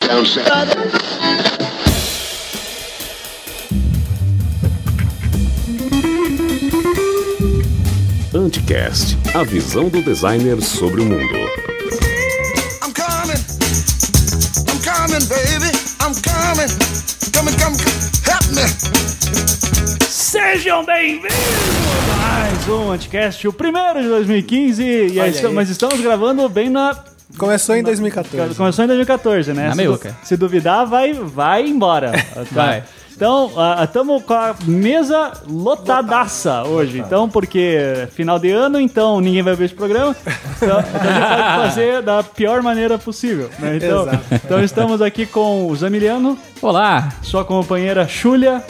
down south. Anticast, a visão do designer sobre o mundo. I'm coming. I'm coming, baby. I'm coming. Coming, come, help me. Sejam bem-vindos a mais um Anticast, o primeiro de 2015. E aí, Olha estamos- aí. mas estamos gravando bem na. Começou em 2014. Começou em 2014, né? Na se, meiuca. se duvidar, vai, vai embora. Tá? Vai. Então, estamos com a mesa lotadaça hoje. Então, porque é final de ano, então ninguém vai ver esse programa. Então, então a gente pode fazer da pior maneira possível. né? Então, Exato. então estamos aqui com o Zamiliano, Olá! sua companheira Xulia.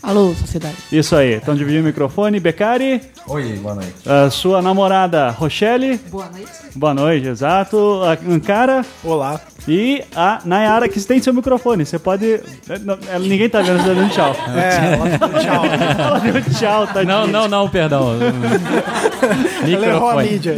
Alô, sociedade. Isso aí, então dividindo o microfone. Becari. Oi, boa noite. A sua namorada Rochelle. Boa noite. Boa noite, exato. A Ankara Olá. e a Nayara, que tem seu microfone. Você pode. é, não, é, Ninguém tá vendo, você tá dando tchau. É, tchau. Ela deu tchau, tá Não, não, não, perdão. Ela errou a Microfone. mídia.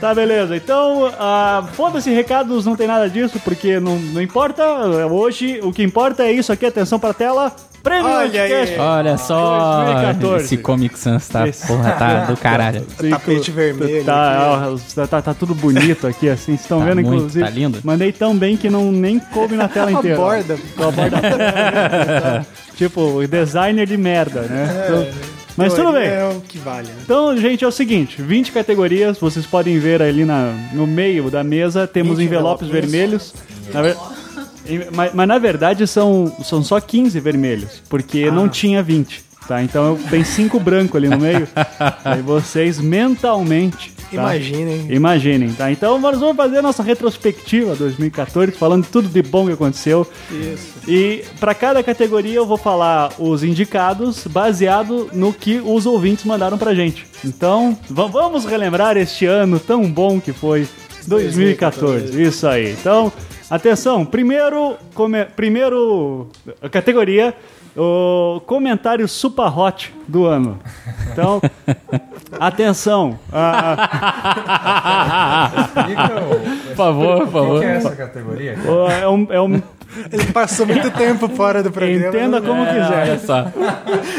Tá, beleza. Então, ah, foda-se recados, não tem nada disso, porque não, não importa. Hoje, o que importa é isso aqui. Atenção pra tela. Prêmio Olha Anticast. aí. Olha só, 2014. esse Comic Sans tá, Esse. porra, tá do caralho. Tapete vermelho. Tá, ó, tá, tá- tá tudo bonito aqui, assim. Vocês estão Tá vendo, muito, inclusive. tá lindo. Mandei tão bem que não, nem coube na tela A inteira. borda. Com a borda. tipo, o designer de merda, né? Então, mas tudo bem. É o que vale. né? Então, gente, é o seguinte: 20 categorias, vocês podem ver ali na, no meio da mesa, temos 20 envelopes, envelopes. vermelhos. Na ver- em- mas, mas, na verdade são, são só 15 vermelhos, Ah. porque não tinha 20. Tá? Então eu- tem cinco branco ali no meio. aí vocês mentalmente. tá? Imaginem. Imaginem, tá? Então nós vamos fazer a nossa retrospectiva 2014, falando tudo de bom que aconteceu. Isso. E para cada categoria eu vou falar os indicados baseado no que os ouvintes mandaram pra gente. Então, va- vamos relembrar este ano tão bom que foi 2014. Isso aí. Então, atenção, primeiro, come- primeiro uh, categoria o comentário super hot do ano. Então, atenção. Ah, Por favor, por O favor. que é essa categoria? o- é um- é um- Ele passou muito tempo fora do programa. né? entenda como É, quiser. olha só.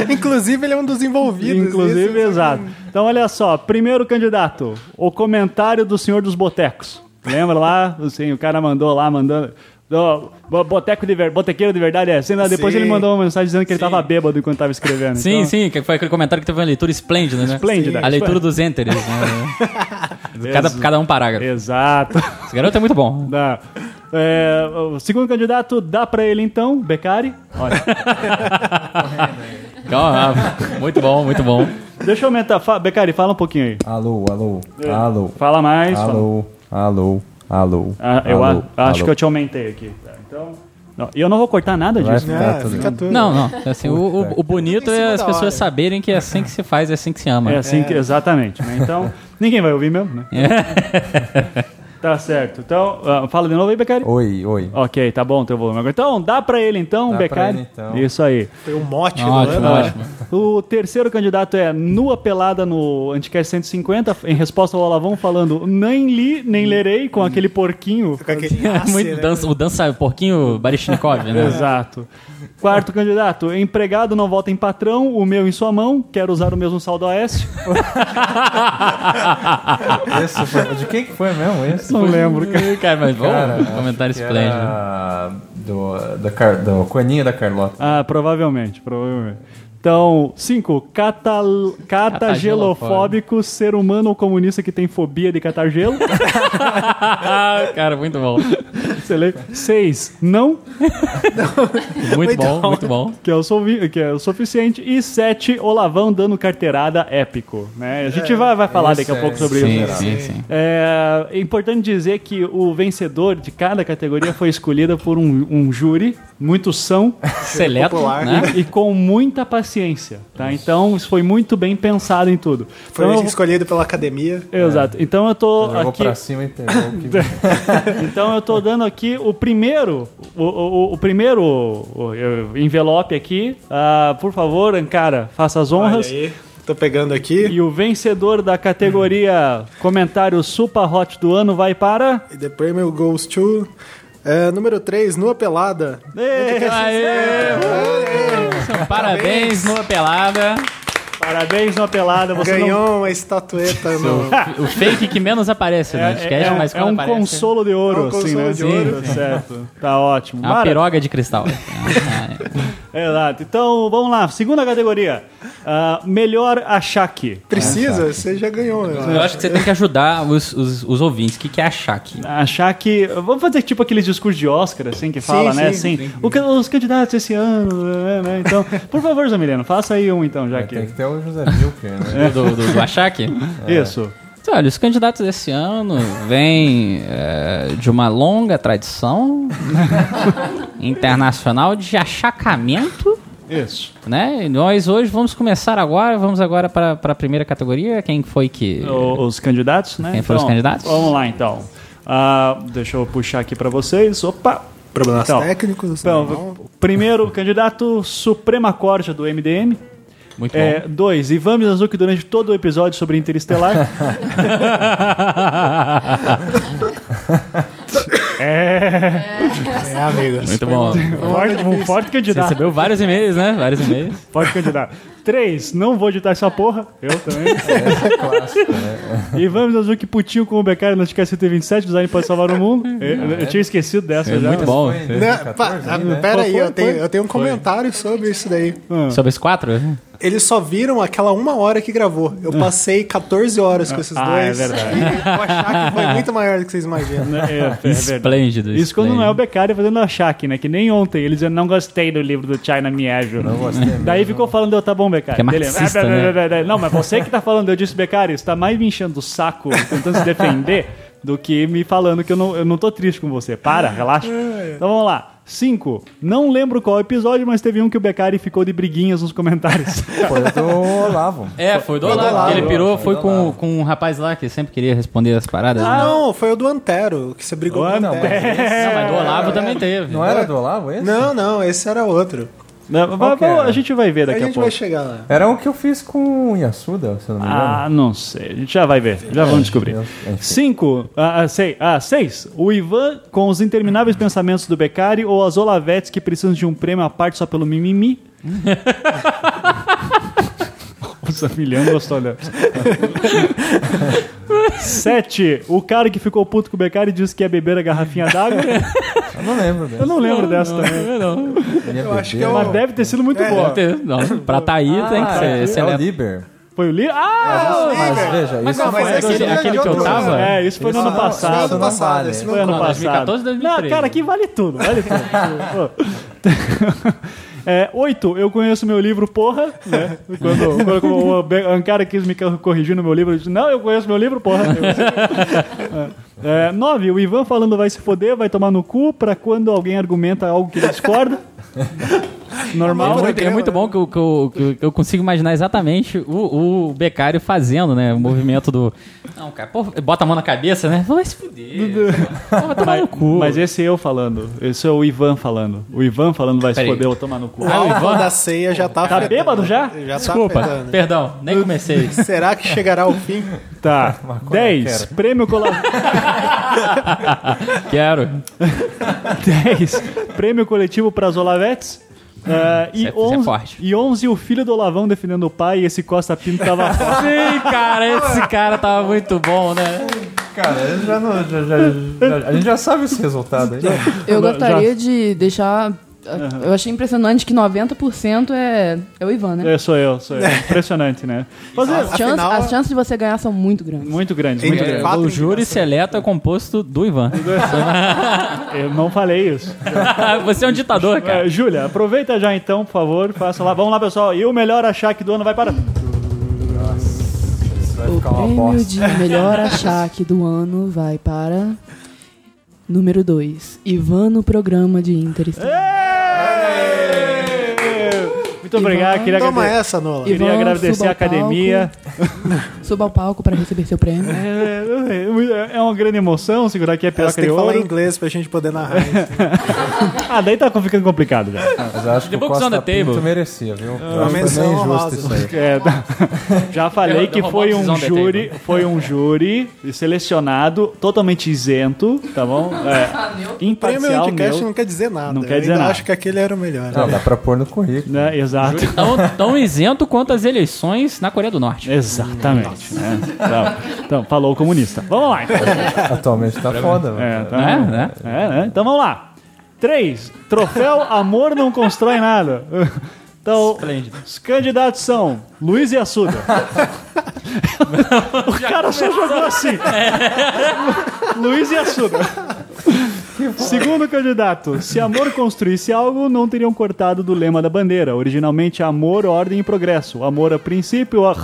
Inclusive, ele é um dos envolvidos. Inclusive, Isso. exato. Então, olha só, primeiro candidato, o comentário do senhor dos botecos. Lembra lá? Assim, o cara mandou lá, mandando. ó, bo- boteco de ver, botequeiro de verdade é assim, né? Depois Sim. ele mandou uma mensagem dizendo que ele tava bêbado enquanto tava escrevendo. Sim, então, sim, que foi aquele comentário que teve uma leitura esplêndida, né? Esplêndida. A leitura dos enteres, né? cada, cada um parágrafo. Exato. Esse garoto é muito bom. Dá. É, o segundo candidato, dá pra ele então, Becari. Calma, muito bom, muito bom. Deixa eu aumentar. Fa Becari, fala um pouquinho aí. Alô, alô, É. alô, Fala mais. fala- Ah, alô, alô, alô. É Ah, eu a- alô, acho alô. que eu te aumentei aqui. Tá, Então. não, E eu não vou cortar nada Vai disso. ficar Ah, Tá, tudo. fica tudo. Não, não. é Assim, o, o- o bonito Em cima é as da pessoas hora. saberem que é assim que se faz, é assim que se ama. É assim que, exatamente. né? Então, ninguém vai ouvir mesmo, né? tá certo. Então, ah, fala de novo aí, Becari. Oi, oi. Ok, tá bom teu volume agora. Então, dá pra ele então, Dá pra Becari. ele, então. Isso aí. Foi o mote do Ótimo, ano. né? ótimo. O terceiro candidato é Nua Pelada no Anticast 150, em resposta ao Alavão, falando nem li, nem lerei, com aquele porquinho. Com aquele É ácido, muito né? dança, o dança o porquinho Barishnikov, É. né? Exato. Quarto candidato, empregado não vota em patrão, o meu em sua mão, quero usar o mesmo saldo AS. Esse foi- de quem que foi mesmo esse? Não lembro, cara. Cara, mas bom, um acho comentário que esplêndido. era Do, da Car- do Coelhinho da Carlota. Ah, provavelmente, provavelmente. Então, cinco Catal... Catagelofóbico, ser humano ou comunista que tem fobia de catar gelo. Ah, cara, muito bom. Excelente. Seis Não, Muito bom, muito bom. que é, o sovi- que é o suficiente. E sete Olavão dando carteirada épico. Né? A gente vai, vai falar daqui a é- pouco sobre Sim, isso. sim, sim. É, é importante dizer que o vencedor de cada categoria foi escolhido por um, um júri muito são Seleto, Popular. né? e com muita paciência. Tá? Então, isso foi muito bem pensado em tudo. Foi então, eu- escolhido pela academia. Exato. Então eu tô Jogou aqui. pra cima e pegou o que... Então eu tô dando aqui o primeiro, o, o- o primeiro o- o envelope aqui. Ah, por favor, Ankara, faça as honras. Olha aí. Tô pegando aqui. E o vencedor da categoria comentário super hot do ano vai para E depois meu goes to É, número 3, Nua Pelada. Ei, Aê! Parabéns, Lua Pelada. parabéns, uma pelada. Você não... Ganhou uma estatueta no... O fake que menos aparece né? no É, podcast, é- mas é quando um aparece... consolo de ouro, É um consolo assim, né? de ouro, Tá certo. Tá ótimo. É uma Mara- piroga de cristal. Ah, ah, Exato. Então, vamos lá. Segunda categoria. Ah, melhor achaque. Precisa? Você já ganhou, né? eu acho que você tem que ajudar os, os, os ouvintes. O que, que é achar aqui? Achaque... Vamos fazer tipo aqueles discursos de Oscar, assim, que fala, Sim, né? sim. assim, o que- os candidatos esse ano, né, né? Então, por favor, Zamiliano, faça aí um então, já É, Vai ter que... que ter o José Milker, né? Do, do, do achaque? Isso. Então, olha, os candidatos desse ano vêm é, de uma longa tradição internacional de achacamento, Isso. né? E nós hoje vamos começar agora, vamos agora para a primeira categoria. Quem foi que... O- os candidatos, né? Quem foram os candidatos? Vamos lá, então. Ah, deixa eu puxar aqui pra vocês. Opa! Problemas Então, técnicos? assim, Então, não. v- primeiro, candidato Suprema Corte do MDM. Muito É, dois, Ivan Mizanzuki durante todo o episódio sobre Interestelar. É, amigos. Muito bom. forte, um forte é candidato. Recebeu vários e-mails, né? Vários e-mails. Forte candidato. Três, não vou editar essa porra. Eu também. É, né? Ivan Mizanzuki putinho com o Beccari no TK 127, design pode salvar o mundo. Eu, eu tinha esquecido dessa já. É muito bom. Foi em Não, 2014, pa- né? Pera aí, Foi, eu tenho, foi. eu tenho um comentário sobre isso daí. Sobre os É quatro? Eles só viram aquela uma hora que gravou. Eu passei 14 horas com esses Ah, dois. é verdade. E eu achar que foi muito maior do que vocês imaginam. É, é verdade. Esplêndido. Isso quando não é o esplêndido. Beccari fazendo a Shaq, né? Que nem ontem ele dizendo não gostei do livro do China Miajo. Não gostei mesmo. Daí ficou falando, eu, tá bom, Beccari. Que é Ele, marxista, "Ah, blá, blá, né? blá, blá". Não, mas você que tá falando, eu disse, Beccari, você tá mais me enchendo o saco, tentando se defender, do que me falando que eu não, eu não tô triste com você. Para, relaxa. Então vamos lá. Cinco. Não lembro qual episódio, mas teve um que o Beccari ficou de briguinhas nos comentários. Foi do Olavo. É, foi do Olavo. que Ele pirou, foi com, com um rapaz lá que sempre queria responder as paradas. Ah, né? Não, foi o do Antero, que você brigou com o Não, Antero. mas Não, mas do Olavo É. também teve. não era do Olavo esse? Não, não, esse era outro. Não, mas- que é? era? A gente vai ver A daqui a, gente pouco. vai chegar lá. Era o que eu fiz com o Yasuda, se eu não me engano. Ah, não sei. A gente já vai ver. Já vamos descobrir. eu- enfim. Cinco. Ah, ah, sei, ah, seis. O Ivan com os intermináveis pensamentos do Beccari ou as Olavetes que precisam de um prêmio à parte só pelo mimimi. Nossa, milhão né? gostou olha. Sete. O cara que ficou puto com o Beccari disse que ia beber a garrafinha d'água. Ah. Eu não lembro dele. é Eu não lembro dessa também. Eu acho é que Mas deve ter sido muito É, boa. Não, pra tá aí Ah, tem que ser é o excelente. Liber. Foi o Li? Ah! Mas veja, isso não, foi mas aquele- esse aquele que eu outro, tava? né? É, isso foi no Isso ano não- passado. Ano não passado, vale. esse é Foi ano Não, passado. 2014, 2013. Não, cara, aqui vale tudo, vale tudo. Pô. É, oito, eu conheço meu livro, porra. Né? Quando, quando o Be- Ancara quis me corrigir no meu livro, eu disse, não, eu conheço meu livro, porra. É, nove, o Ivan falando vai se foder, vai tomar no cu, pra quando alguém argumenta algo que ele discorda. É Normal. muito, é muito bom que eu, que, eu, que eu- que eu consigo imaginar exatamente o, o Becário fazendo, né? O movimento do. Não, cara, pô, bota a mão na cabeça, né? Vai se fuder. Pô, Vai tomar no cu. Mas esse é eu falando, esse é o Ivan falando. O Ivan falando vai se Peraí. foder ou tomar no cu. O Ah, o álcool Ivan- da ceia já tá Tá afetando. bêbado já? Já Desculpa, tá afetando. perdão, nem comecei. Será que chegará ao fim? Tá. qual é que 10. Prêmio colateral. Quero. 10. Prêmio coletivo para as Olavetes. Ah, e, Isso é- isso é 11, forte. e 11, o filho do Olavão defendendo o pai e esse Costa Pinto tava fora. Sim, cara, esse cara tava muito bom, né? Cara, eu já não- já- já- já- a gente já sabe esse resultado aí. Eu gostaria de deixar. uh, Eu achei impressionante que 90% é, é o Ivan, né? É, sou eu, sou eu. Impressionante, né? Mas é As, chances- Afinal- as chances de você ganhar são muito grandes. muito grande, muito Entre grande. quatro O júri seleto é composto do Ivan. Eu não falei isso. Você é um ditador, cara. É, Júlia, aproveita já então, por favor. Faça lá. Vamos lá, pessoal. E o melhor achar que do ano vai para. Vai O ficar uma prêmio bosta. de melhor achaque do ano vai para. Número 2. Ivan no programa de Interestelar. É. Muito obrigado, queria Toma agradecer. essa, Nola. E- Queria Ivan, agradecer suba a ao palco. academia, Suba ao palco para receber seu prêmio. É, é- é uma grande emoção segurar aqui a Você piroca tem de que falar em ouro. inglês pra gente poder narrar. isso. Ah, daí tá ficando complicado já. Mas eu acho The que o Books on Costa the Table. Pinto merecia, viu? Eu uma acho que foi menção meio injusto honrosa. isso aí. É, tá. já falei que foi um júri, foi um júri selecionado totalmente isento, tá bom? É, Prêmio imparcial de cast meu, não quer dizer nada. Não quer Eu dizer ainda nada. acho que aquele era o melhor. Não, dá pra pôr no currículo. né? Exato. Tão, tão isento quanto as eleições na Coreia do Norte. Exatamente. né? Então, então, falou o comunista. Vamos lá. Então. Atualmente tá foda, mano. É, tá Né? bom. Né? É, né? Então vamos lá. Três. Troféu Amor Não Constrói Nada. Então, os candidatos são Luiz e Assuda. o cara só jogou assim. Luiz e Assuda. Segundo candidato, se amor construísse algo, não teriam cortado do lema da bandeira. Originalmente, amor, ordem e progresso. Amor a princípio, a... É.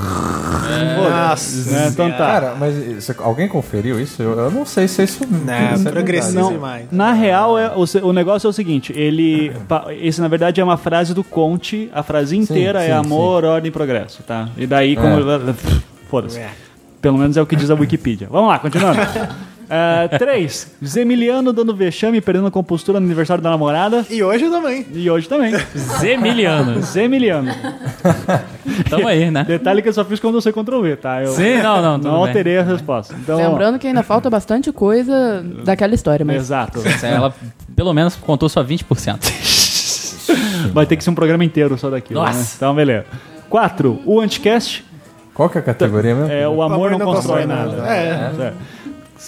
Nossa. né? Então tá. Cara, mas isso- alguém conferiu isso? Eu, eu não sei se isso. Né, isso é progressismo demais. verdade. Na real, é, o, se- o negócio é o seguinte: ele. pa- Esse, na verdade, é uma frase do Conte. A frase inteira sim, é amor, ordem e progresso, tá? E daí, como. É. Foda-se. É. Pelo menos é o que diz a Wikipedia. Vamos lá, continuando. 3. Zemiliano dando vexame e perdendo a compostura no aniversário da namorada. E hoje também. E hoje também. Zemiliano. Zemiliano. Tamo aí, né? Detalhe que eu só fiz quando eu sei Ctrl V, tá? Eu Sim, não, não. tudo não bem. alterei a resposta. Então, Lembrando que ainda falta bastante coisa daquela história, mas Exato. Ela pelo menos contou só 20%. Vai ter que ser um programa inteiro só daquilo. Nossa. né? Então, beleza. 4. O Anticast. Qual que é a categoria mesmo? É, o amor, não, constrói, nada. É.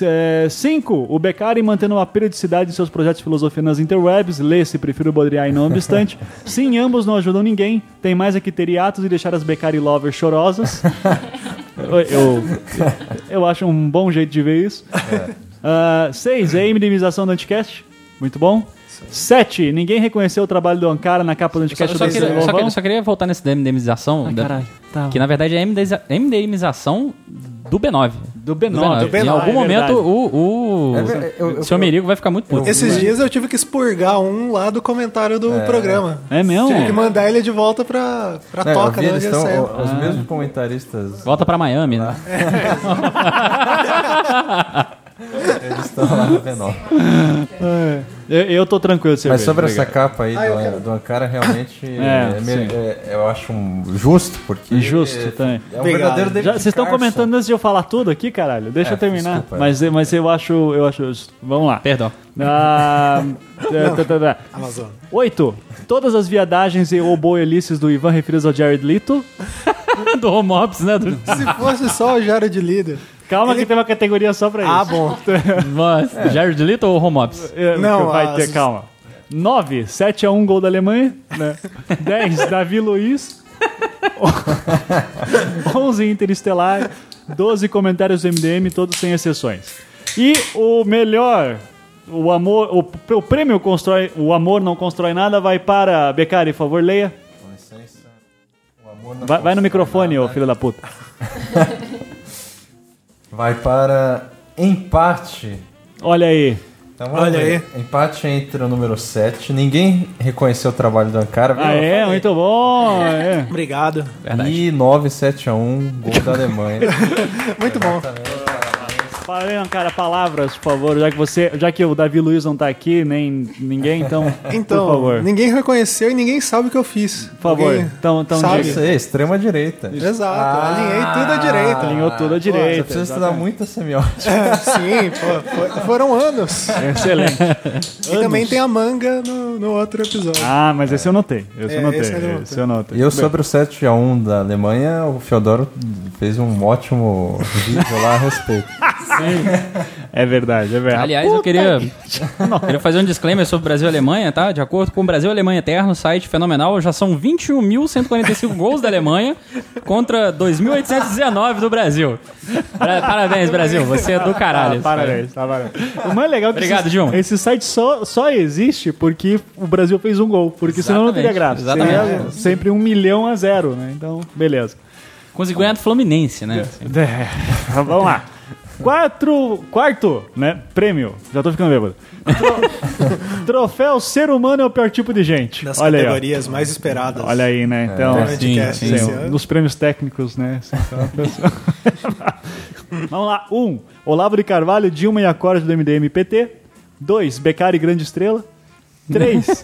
É, cinco, o Beccari mantendo uma periodicidade em seus projetos de filosofia nas interwebs. Lê-se, prefiro bodrear e não obstante. Sim, ambos não ajudam ninguém. Tem mais é que ter hiatos e deixar as Beccari lovers chorosas. eu, eu, eu acho um bom jeito de ver isso. Ah, seis, é a minimização do Anticast. Muito bom. Sete, ninguém reconheceu o trabalho do Ankara na capa do Só, Anticast só do queria, só, Lovão. queria, só queria voltar nesse da MDMização. da- caralho, tá. Que na verdade é a MDiza- MDMização do B9. Do B9. Em algum É momento verdade. o, o, É ver- eu- eu- seu Merigo vai ficar muito puto. Esses dias eu tive que expurgar um lá do comentário do programa. É mesmo? Tive que mandar ele de volta pra, pra Não, É, eu toca vi, da eles onde ele estão- saiu. o- os mesmos comentaristas Volta pra Miami, né? eles estão lá no menor. Eu, eu tô tranquilo, você Mas vê. sobre essa Obrigado. capa Ah, aí do, do Ankara, realmente É, é, me- sim. é- eu acho um justo, porque. Justo também. É um Obrigado. verdadeiro David Já, vocês estão Carson. comentando antes de eu falar tudo aqui, caralho? Deixa É, eu terminar. desculpa, é. mas, mas eu acho. Eu acho. justo. Vamos lá. Perdão. Ah, tá, tá, tá. Amazônia. Oito. Todas as viadagens e oboelices do Ivan referidas ao Jared Leto. do Home Ops, né? Do... Se fosse só o Jara de líder. Calma que tem uma categoria só pra isso. Ah, bom. Nossa, Jared Leto ou Home Ops? É, Não, vai as- ter, calma. 9, 7 a 1 gol da Alemanha. Né? 10, Davi Luiz. 11, Interestelar. 12 comentários do MDM, todos sem exceções. E o melhor, o amor, o, o prêmio constrói, o amor não constrói nada, vai para Becari, por favor, leia. Com licença, o amor não Vai, vai no constrói microfone, ô nada. filho da puta. Vai para empate. Olha aí. Então, vamos Olha ver. Empate entre o número 7. Ninguém reconheceu o trabalho do Ankara. viu? Ah, é, muito bom. é. Obrigado. E 9-7-1, gol da Alemanha. Muito bom. Parabéns, cara, palavras, por favor, já que você, já que o Davi Luiz não tá aqui, nem ninguém, então, Então, por favor. ninguém reconheceu e ninguém sabe o que eu fiz. Por favor, então- então sabe? Isso aí, extrema direita. Exato. Alinhei tudo à direita. Ah. Alinhou tudo à direita. Você precisa estudar muita semiótica. É, Sim, pô, foi- foram anos. É, Excelente. E também tem a manga no, no outro episódio. Ah, mas esse eu notei. Esse eu É, notei. esse Esse, eu notei. eu notei. E eu sobre o 7x1 da Alemanha, o Feodoro fez um ótimo vídeo lá a respeito. É verdade, é verdade. Aliás, eu queria, queria fazer um disclaimer sobre Brasil e Alemanha, tá? De acordo com o Brasil e Alemanha Eterno, site fenomenal, já são 21.145 gols da Alemanha contra 2.819 do Brasil. Pra- Parabéns, Brasil, você é do Ah, caralho. parabéns, tá, parabéns. O mais legal é que né? Obrigado, esse, Dilma. esse site só, só existe porque o Brasil fez um gol, porque senão não teria graça. Exatamente, Seria sempre um milhão a zero, né? Então, beleza. Consegui ganhar do Fluminense, né? É, vamos lá. Quatro, quarto, né? Prêmio. Já tô ficando bêbado. Tro- Troféu ser humano é o pior tipo de gente. Das Olha aí, ó. categorias mais esperadas. Olha aí, né? Então, do Nerdcast Sim, esse Sim, ano. nos prêmios técnicos, né? Assim, então- Vamos lá. Um, Olavo de Carvalho, Dilma e Acorde do MDM e PT. Dois, Becari Grande Estrela. Três,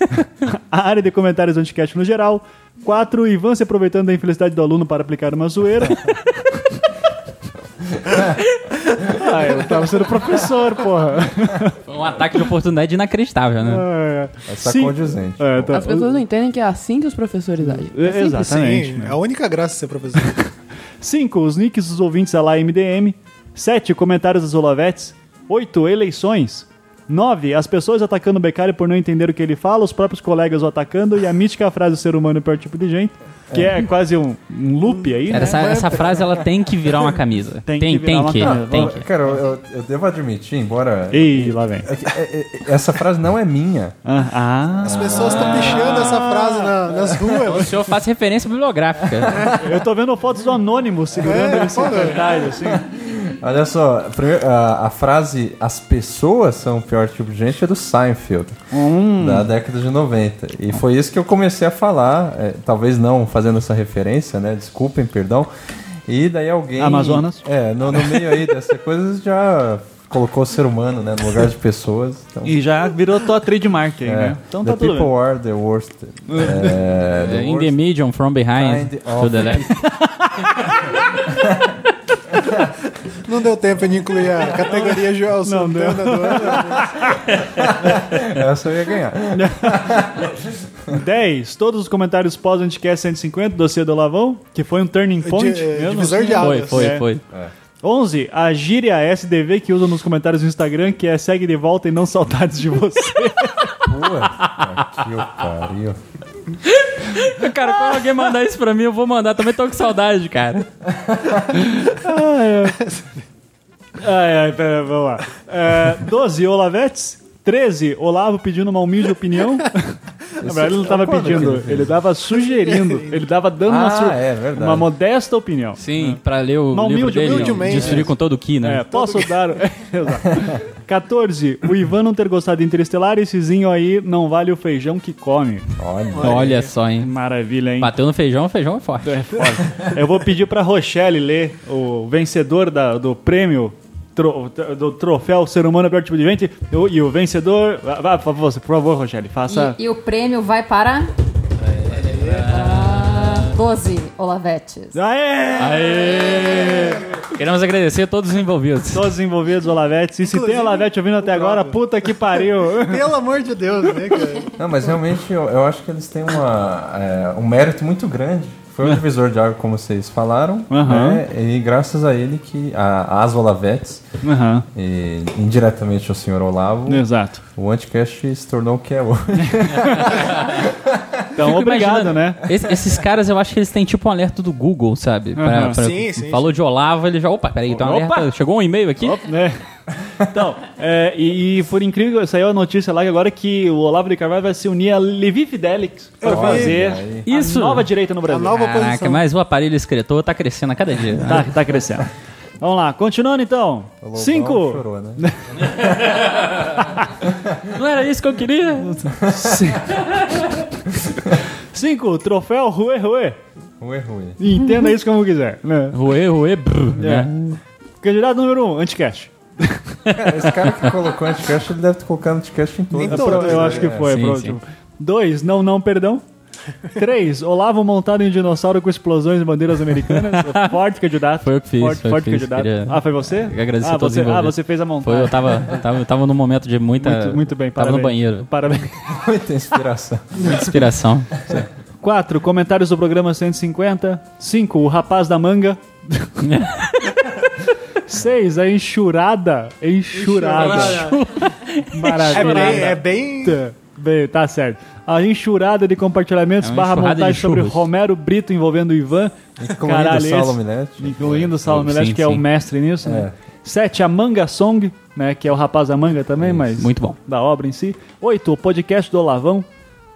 a área de comentários do Anticast no geral. Quatro, Ivan se aproveitando da infelicidade do aluno para aplicar uma zoeira. ah, eu tava sendo professor, porra. Foi um ataque de oportunidade inacreditável, né? É, Essa Sim. condizente. é, tá. As pessoas não entendem que é assim que os professores agem. assim. É, Exatamente. Sim, né? é a única graça de ser professor. 5. Os nicks dos ouvintes a lá MDM. 7. Comentários dos Olavetes. 8. Eleições. 9. As pessoas atacando o Beccari por não entender o que ele fala, os próprios colegas o atacando e a mítica frase o ser humano é o pior tipo de gente, que é, quase um, um loop aí, né? Essa, essa frase ela tem que virar uma camisa. Tem Tem, que tem, virar uma que. camisa. Tem Não, que. Cara, eu, eu- eu devo admitir, embora. Ei, lá vem. é que- é- é- Essa frase não é minha. Ah, As pessoas estão deixando essa frase na- nas O ruas. senhor faz Então referência bibliográfica. ah, eu tô vendo fotos do Anônimo segurando É, esse foda. cartaz, assim. Olha só, primeiro, a, a frase as pessoas são o pior tipo de gente é do Seinfeld, Hum. da década de 90. E foi isso que eu comecei a falar, é, talvez não fazendo essa referência, né? Desculpem, perdão. E daí alguém. Amazonas. É, no, no meio aí dessa coisa já colocou o ser humano, né? No lugar de pessoas. Então, E já virou tua trademark aí, é, né? Então tá the tudo people bem. are the worst. É, the In the worst medium, from behind, kind to of é the left. Não deu tempo de incluir a categoria Joel Santana do ano. Essa eu ia ganhar. 10. Todos os comentários pós-Anticast 150, dossiê do Lavão, que foi um turning point. Di- mesmo, divisor assim. de Foi, águas. foi, É. foi. 11. A gíria SDV que usam nos comentários do Instagram, que é segue de volta e não saudades de você. Puta que pariu. Cara, quando alguém mandar isso pra mim, eu vou mandar. Também tô com saudade, cara. ai, ai, pera, vamos lá. É, 12. Olavetes. 13. Olavo pedindo uma humilde opinião. Na verdade, ele não tava Quando que ele pedindo, fez? ele dava sugerindo, ele dava dando uma, Ah, sur- é verdade. uma modesta opinião. Sim, pra ler o Mas livro humilde- dele, humildemente. destruir com todo o Ki, né? É, posso dar. Exato. 14. O Ivan não ter gostado de Interestelar, esse zinho aí não vale o feijão que come. Olha. Olha só, hein? Maravilha, hein? Bateu no feijão, feijão é forte. É foda. Eu vou pedir pra Rochelle ler o vencedor da- do prêmio tro- do troféu Ser Humano Pior Tipo de Gente e o- e o vencedor... vá- vá, por, favor, por favor, Rochelle, faça... E, e o prêmio vai para. É. Ah, 12 Olavetes. Aê! Queremos agradecer a todos os envolvidos. Todos os envolvidos, Olavete. E se tem Inclusive, Olavete ouvindo até agora, puta que pariu. Pelo amor de Deus, né, cara? Não, mas realmente eu, eu acho que eles têm uma, é, um mérito muito grande. Foi um divisor de água, como vocês falaram, Né? Aham. né? e graças a ele que a, as Olavetes, Aham, e indiretamente ao senhor Né? Olavo, Exato. o Anticast se tornou o que é hoje. Então, Fico obrigado, imaginando. né? Es- esses caras, eu acho que eles têm tipo um alerta do Google, sabe? Pra- Aham. pra- Sim, sim, Falou de Olavo, ele já. Opa, peraí, tem um Opa! alerta. Chegou um e-mail aqui? né? Então, é, e, e por incrível, saiu a notícia lá que agora que o Olavo de Carvalho vai se unir a Levi Fidelix para vi. fazer Olha a Isso. nova direita no Brasil. nova- Caraca, posição. mas o aparelho escritor tá crescendo a cada dia. né? Tá, tá crescendo. Vamos lá, continuando então. O Lobão Cinco. Chorou, né? Não era isso que eu queria? Cinco, troféu Rue Rue. Ruê, ruê. Entenda isso como quiser. né? Ruê, ruê, brr, É. né? Candidato número um, anticash. Cara, É, esse cara que colocou o Anticast, ele deve ter colocado Anticast em Nem todas. todos, as- Eu acho que foi. sim, pronto. sim. Dois, não, não, perdão. Três, Olavo montado em dinossauro com explosões e bandeiras americanas. Forte candidato. Foi eu que fiz, Forte, foi eu forte que fiz, candidato. queria- Ah, foi você? Eu agradeço ah, a todos você, ah, envolvidos. você fez a Foi, montagem. eu tava, eu tava, eu tava num momento de muita. Muito, muito bem, Tava parabéns. no banheiro. Parabéns. Muita inspiração. Muita inspiração. 4. Comentários do programa 150. 5. O rapaz da manga. 6. A enxurada. Enxurada. É Maravilha. bem, é bem Bem, tá certo. A enxurada de compartilhamentos É uma barra enxurrada de montagem sobre churros. Romero Brito envolvendo o Ivan. Incluindo Caralho, É o Saulo esse- Minetti. Incluindo o Salomé, Sim, que é o sim. mestre nisso, né? É. 7. A Manga Song, né? Que é o rapaz da manga também, mas. muito bom. Da obra em si. 8. O podcast do Olavão.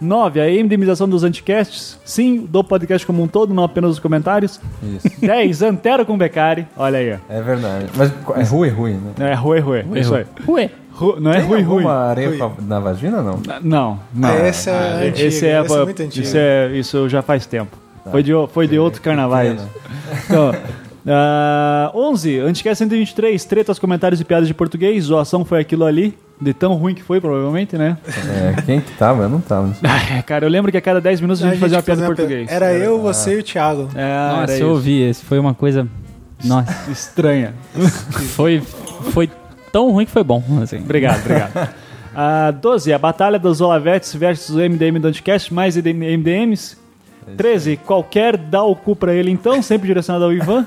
9. A endemização dos anticasts. Sim, do podcast como um todo, não apenas os comentários. Isso. 10. Antero com Becari. Olha aí, ó. É verdade. Mas é ruê, ruê, né? É, ruê, ruê. Isso aí. Ruê. Ru- não é Tem Rui Rui. alguma areia pra- na vagina, não? Não, não. É, essa é antiga, Esse é, essa é muito antiga. Isso, é- isso já faz tempo. Tá. Foi de, o- foi de outro carnaval. Pena. Então, ah, 11, Anticast 123, tretas, comentários e piadas de português. Zoação foi aquilo ali, de tão ruim que foi, provavelmente, né? É, quem que tava? Eu não tava. Não sei. Ah, Cara, eu lembro que a cada 10 minutos a gente, fazia uma piada em fazia português. Era eu, você e o Thiago. É, Nossa, era eu isso. ouvi esse. Foi uma coisa. Nossa, Estranha. foi, foi tão ruim que foi bom. Assim. Obrigado, obrigado. Ah, 12, a batalha dos Olavetes versus o MDM do Anticast, mais MDM MDMs. 13, qualquer dá o cu pra ele então, sempre direcionado ao Ivan.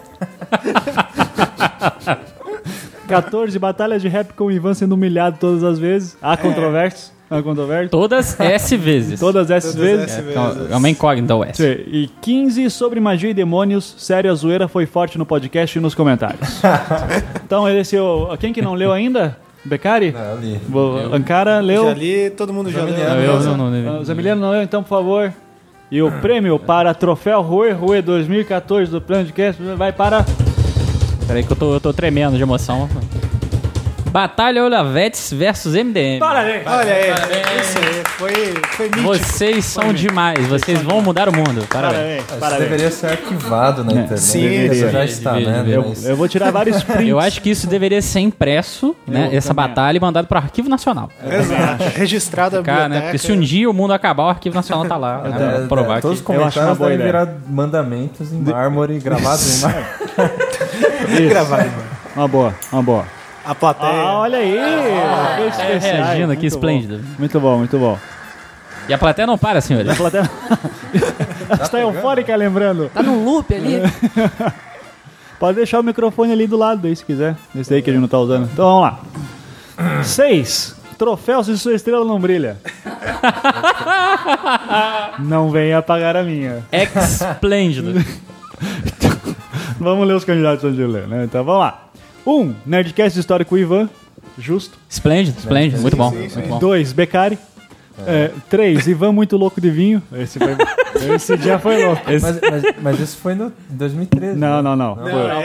14, batalha de rap com o Ivan sendo humilhado todas as vezes. Há controvérsias, há controvérsias. Todas S vezes. Todas essas vezes. Essa mesmo. É uma incógnita o S. Sim, E 15 sobre magia e demônios, sério, a zoeira foi forte no podcast e nos comentários. então, esse é o. Quem que não leu ainda? Becari? Eu li. Vou- Ankara leu. Já li, todo mundo já leu. Eu, eu Então, não- não- Ah, Zé Miliano não leu, então, por favor. E o prêmio para Troféu Rui Rui 2014 do Plano de Cast vai para. Peraí que eu tô, eu tô tremendo de emoção. Batalha Olavetes versus MDM. Parabéns! Olha aí, isso aí, foi, foi mítico. Vocês são demais, vocês vão mudar o mundo. Parabéns. Parabéns! Isso Parabéns! deveria ser arquivado na internet. Sim, Deveria, deveria. já está, Deveria, né? deveria. Mas- Né? Eu vou tirar vários prints. Eu acho que isso deveria ser impresso, né? Eu essa também É batalha e mandado para Arquivo Nacional. Exato. Registrado a Cara, né? Porque biblioteca. se um dia o mundo acabar, o Arquivo Nacional tá lá. né? É, Pra provar todos que... os Eu acho uma comentários boa devem ideia. virar mandamentos em mármore, gravados em mármore. Gravado, mano. Uma boa, uma boa. A plateia. Ah, olha aí! Efeitos é, especiais. reagindo aqui, Muito bom. esplêndido. Muito bom, muito bom. E a plateia não para, senhores. A plateia- Tá Ela está eufórica, lembrando. Tá no loop ali? É. Pode deixar o microfone ali do lado aí, se quiser. Esse daí que a gente não tá usando. Então vamos lá. 6. Troféu se sua estrela não brilha. não venha apagar a minha. Esplêndido. Vamos ler os candidatos antes de ler, né? Então vamos lá. 1. Um, Nerdcast histórico Ivan. Justo. Esplêndido, esplêndido. Muito bom. muito bom. 2. Becari. 3. Ivan muito louco de vinho. Esse, foi- esse dia foi louco. Mas, mas- mas isso foi no em 2013. Não, não, não.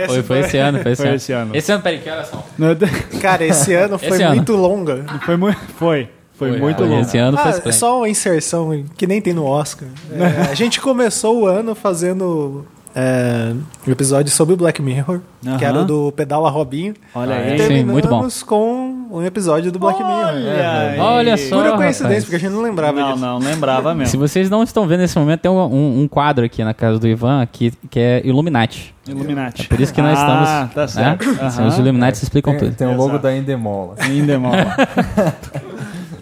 Foi, foi, esse ano, foi esse Foi ano. esse ano. Esse ano, peraí, que horas são? Foi, Cara, esse ano foi Esse ano. muito longa. foi, mu- foi, foi muito louco. Esse ano foi Ah, esplêndido. só uma inserção que nem tem no Oscar. É, a gente começou o ano fazendo é, um episódio sobre o Black Mirror, que era Aham. o do Pedala Robinho. Olha E aí. Sim, muito bom. terminamos com um episódio do Black Mirror. Olha, aí. Olha só. Pura rapaz. coincidência, porque a gente não lembrava Não, disso. não, lembrava Se mesmo. vocês não estão vendo nesse momento, tem um, um- um quadro aqui na casa do Ivan que, que é Illuminati. Illuminati. É Por isso que nós ah, estamos. tá certo. né? São Os Illuminati se explicam Tem, tudo. tem o logo da Endemola. Lindemola.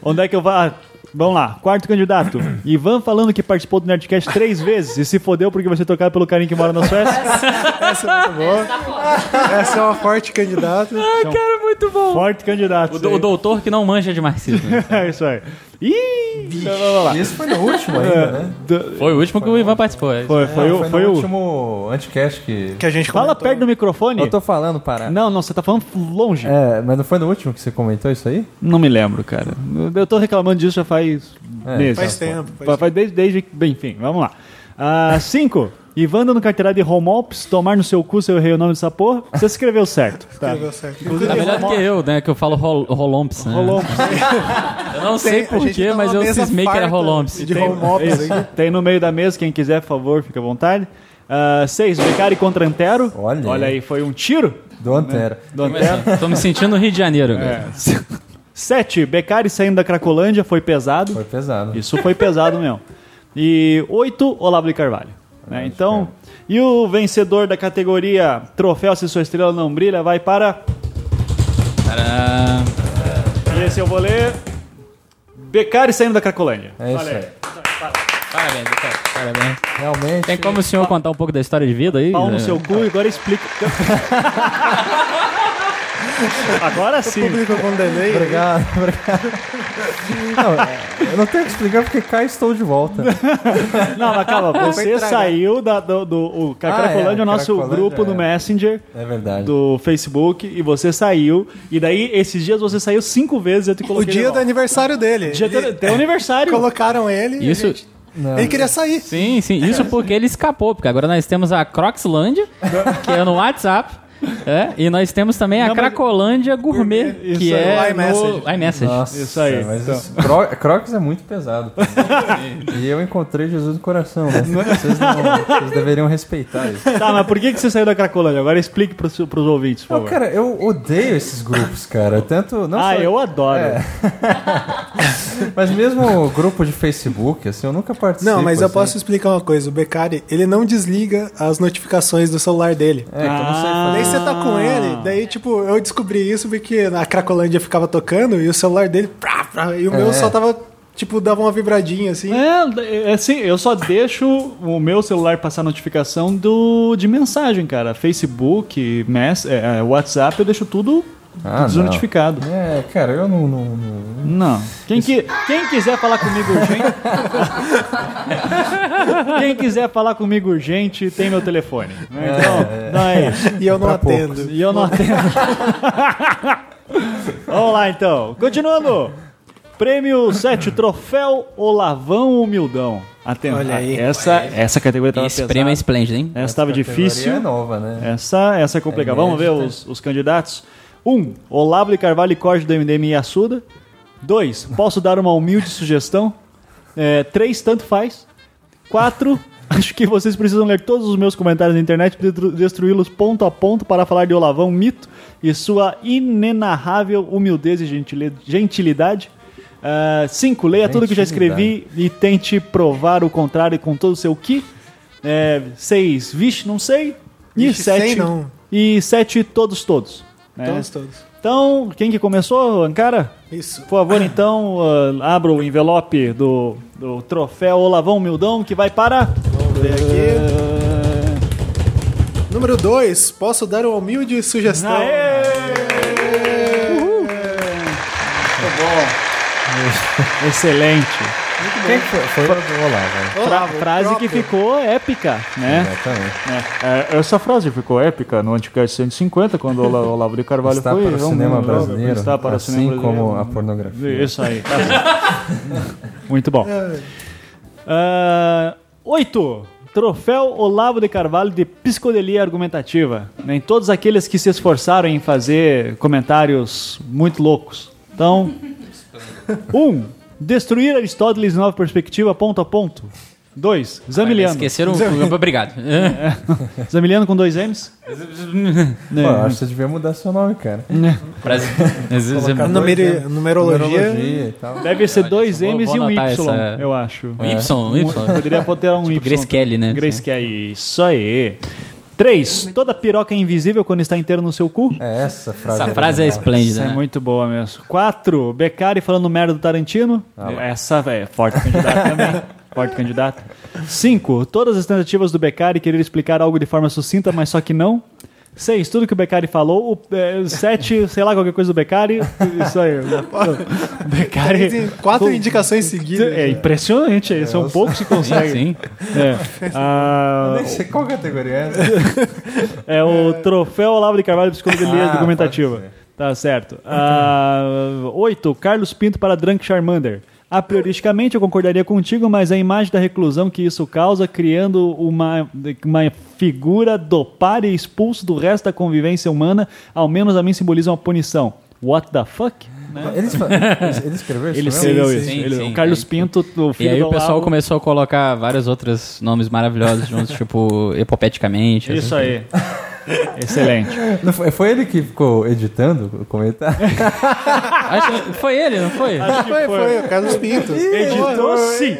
Onde é que eu vou? Ah, Vamos lá, quarto candidato. Ivan falando que participou do Nerdcast três vezes e se fodeu porque vai ser tocado pelo carinha que mora na Suécia. Essa é uma forte candidata. Cara, muito bom. Forte candidato. O, do- o doutor que não manja de marxismo. É isso aí. Ih, então vamos lá. Isso foi no último ainda, né? Foi o último que o Ivan participou. é. Foi, foi, Não, o, foi, foi no o. último anticast que... Que a gente Fala comentou. né? perto do microfone. Eu tô falando, Pará. Não, não, você tá falando longe. É, mas não foi no último que você comentou isso aí? Não me lembro, cara. Eu tô reclamando disso já faz É, meses. Faz tempo. faz Faz- faz desde, desde. Bem, enfim, vamos lá. Ah, cinco. Ivan dando carteirada de Romops, tomar no seu cu se eu errei o nome dessa porra. Você escreveu certo. Tá. tempo, deu certo. Tá melhor do que eu, né? Que eu falo rol, rolomps, né? Rolomps. Eu não sei Tem- a gente porquê, tá mas numa eu mesa cismei que era farta rolomps. De home office Isso. Tem no meio da mesa, quem quiser, por favor, fica à vontade. Ah, seis, Becari contra Antero. Olha. Olha aí, foi um tiro Do Antero. do Antero. Tô me sentindo no Rio de Janeiro. cara. Sete, Becari saindo da Cracolândia, foi pesado. Foi pesado. Isso foi pesado mesmo. E oito, Olavo de Carvalho. né? Então, e o vencedor da categoria Troféu Se Sua Estrela Não Brilha vai para. Tcharam. Esse eu vou ler. Becari saindo da Cracolândia. É isso aí. Parabéns, doutor. Parabéns. Realmente... Tem como o senhor contar um pouco da história de vida aí? Pau né? no seu cu e agora explica. agora sim. Público com delay. Obrigado, obrigado. Não, é, eu não tenho que explicar porque cá estou de volta. Não, mas calma, você tragar. saiu da, do, do o Ah, Cracolândia, é, o nosso Cracolândia, grupo do é. Messenger. É verdade. Do Facebook, e você saiu, e daí esses dias você saiu cinco vezes. Eu te O coloquei. de dia do volta. aniversário dele. é Dia do- Ele- teu um aniversário. Colocaram ele. e a Isso- gente- Ele queria sair. Sim, sim. Isso porque ele escapou, porque agora nós temos a Croxlândia, que é no WhatsApp. É, e nós temos também a Não, mas- Cracolândia Gourmet, Isso que aí, é o iMessage. no iMessage. Nossa, Isso aí. então. Mas esse Cro- Crocs é muito pesado. pô. e eu encontrei Jesus do coração, né? é? Vocês, não- vocês deveriam respeitar isso. Tá, mas por que, que você saiu da Cracolândia? Agora explique pros, pros ouvintes, por Não, favor. cara, eu odeio esses grupos, cara. Tanto. Não ah, só- eu adoro. É. Mas mesmo o grupo de Facebook, assim, eu nunca participo. Não, mas eu assim. posso explicar uma coisa. O Beccari, ele não desliga as notificações do celular dele. É, que eu não Ah. sei fazer. Daí você tá com ele, daí tipo, eu descobri isso porque a Cracolândia ficava tocando e o celular dele, prá, prá, e o meu É. só tava, tipo, dava uma vibradinha assim. É, é assim, eu só deixo o meu celular passar notificação do, de mensagem, cara. Facebook, mess, é, é, WhatsApp, eu deixo tudo Ah, não. desnotificado. É, cara, eu não. não- não- Não. Quem, que, quem quiser falar comigo urgente. quem quiser falar comigo urgente, tem meu telefone. né? Então, não é isso. E eu não Pra atendo. poucos. E eu não atendo. Vamos lá então. Continuando. Prêmio 7, troféu Olavão Humildão. Atenção. Olha aí. Essa, essa categoria tava Esse pesada. prêmio é esplêndido, hein? Essa tava difícil. É nova, né? Essa, essa é complicada. Vamos ver inédita. os, os candidatos. 1. Um, Olavo de Carvalho e Corte do MDM e Assuda. 2. Posso dar uma humilde sugestão? 3. Tanto faz. 4. Acho que vocês precisam ler todos os meus comentários na internet e detru- destruí-los ponto a ponto para falar de Olavão Mito e sua inenarrável humildez e gentile- gentilidade. 5. leia tudo que eu já escrevi e tente provar o contrário com todo o seu que. 6. vixe, não sei. E Vixe, sei 7. não. E 7. todos, todos. né? Todos, todos. Então, quem que começou, Ancara? Isso. Por favor, então, ah, abra o envelope do, do troféu Olavão Mildão, que vai para... ah, Vamos ver aqui. Número 2, posso dar uma humilde sugestão. Aê! Muito bom. Excelente. Quem que foi? Foi o Olavo. Fra- frase que ficou épica, né? Exatamente. É, essa frase ficou épica no Anticast 150, quando o Ola- Olavo de Carvalho Está foi. um para o vamos- cinema vamos- brasileiro. Está para assim o cinema brasileiro. como a pornografia. Isso aí. tá certo. Muito bom. Ah, Oito. Troféu Olavo de Carvalho de Psicodelia Argumentativa. Em todos aqueles que se esforçaram em fazer comentários muito loucos. Então, 1. Um, destruir Aristóteles nova perspectiva ponto a ponto. 2. Zamiliano. Esqueceram o... Obrigado. Zamiliano com dois M's. Né? Pô, eu acho que você devia mudar seu nome, cara. Brasil. né? Numeri- numerologia. Numerologia e tal. Deve ser dois vou- M's vou e um Y, anotar essa- eu acho. Um Y, um Eu Y. Poderia ter um Y. Grace Kelly, né? Grace Kelly, isso aí. Três, toda piroca é invisível quando está inteira no seu cu. É essa frase. Essa aí. frase é Isso esplêndida, é né? muito boa mesmo. Quatro, Beccari falando merda do Tarantino. Ah, Essa, velho, forte candidato também. Forte candidato. Cinco, todas as tentativas do Beccari querer explicar algo de forma sucinta, mas só que não. Seis, tudo que o Beccari falou. O, eh, sete, sei lá, qualquer coisa do Beccari. Isso aí. O Beccari... Tem quatro indicações seguidas. né? É impressionante, é, são poucos que conseguem. Sim. É. Ah, Nem sei qual categoria é essa. é o troféu Olavo de Carvalho de Psicodelia Ah, Argumentativa. pode ser. Tá certo. Ah, Oito, Carlos Pinto para Drunk Charmander. A prioristicamente eu concordaria contigo, mas a imagem da reclusão que isso causa, criando uma, uma figura dopar e expulso do resto da convivência humana, ao menos a mim simboliza uma punição. What the fuck? Eles fa- Ele, escreveu isso Ele mesmo? escreveu isso. sim, Ele- sim. o Carlos Pinto, o E filho aí do o pessoal Olavo- começou a colocar vários outros nomes maravilhosos juntos, tipo, epopeticamente. assim. Isso aí. Excelente. Não foi, foi ele que ficou editando o comentário? Acho que foi ele, não foi? Acho que Foi, é, foi, o Carlos Pinto. Editor, sim.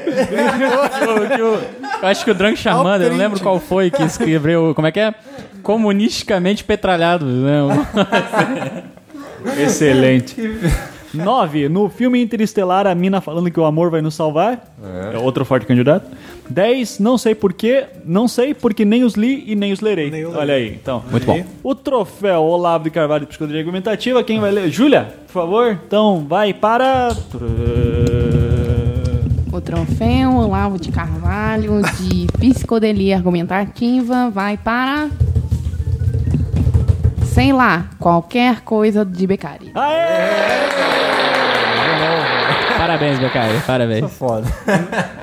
Eu acho que o Drunk Charmander, eu não lembro qual foi que escreveu, como é que é? Comunisticamente petralhado, né? Excelente. 9. No filme Interestelar, a mina falando que o amor vai nos salvar. É, outro forte candidato. 10. Não sei porquê. Não sei porque nem os li e nem os lerei. eu Olha aí, então. Muito bom. O troféu Olavo de Carvalho de Psicologia Argumentativa, quem vai ler? Júlia, por favor. Então vai para. O troféu Olavo de Carvalho de Psicodelia Argumentativa vai para. Sei lá, qualquer coisa de Beccari. Aê! Parabéns, Becai. Parabéns. É Foda.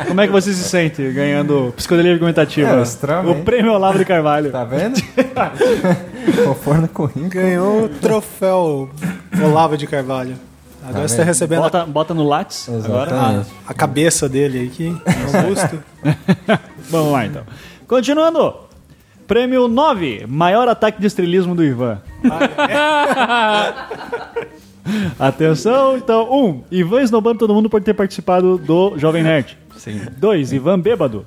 Como é que você se sente ganhando psicodelia argumentativa? É, extremamente. o prêmio Olavo de Carvalho. Tá vendo? Conforme com o rim. Ganhou o troféu Olavo de Carvalho. Agora você tá vendo? recebendo a- Bota, bota no Lattes agora. Exatamente. a, cabeça dele aqui, Augusto. Vamos lá então. Continuando. Prêmio 9, maior ataque de estrelismo do Ivan. Atenção, então, 1. Um, Ivan esnobando todo mundo por ter participado do Jovem Nerd. Sim. 2. Ivan bêbado.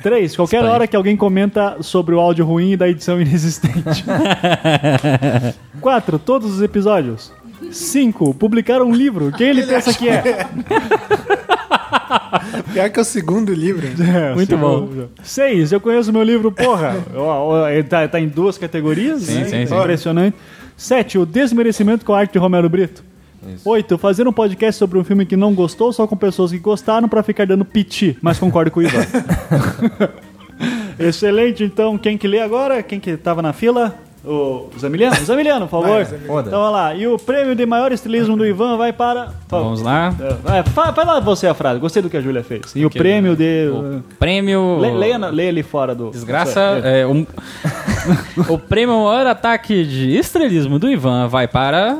3. Qualquer Espanha. hora que alguém comenta sobre o áudio ruim e da edição inexistente. 4. Todos os episódios. 5. Publicar um livro. Quem ele pensa que é? Pior que é o segundo livro. É, Muito bom. 6. Eu conheço meu livro, porra. Ó, ó, ele tá, tá em duas categorias. Sim, né? sim, sim. Impressionante. 7. O desmerecimento com a arte de Romero Brito. 8. Fazer um podcast sobre um filme que não gostou só com pessoas que gostaram pra ficar dando piti. Mas concordo com o Ivan. Excelente, então, quem que lê agora? Quem que tava na fila? O Zamiliano? Zamiliano, por favor. Foda. Então, olha lá. E o prêmio de maior estilismo do Ivan vai para... Vamos lá. É, fa- fala você a frase, gostei do que a Júlia fez. E o Que- prêmio de. O prêmio. Le- leia, na- leia ali fora do. Desgraça. é, um- o prêmio maior ataque de estrelismo do Ivan vai para.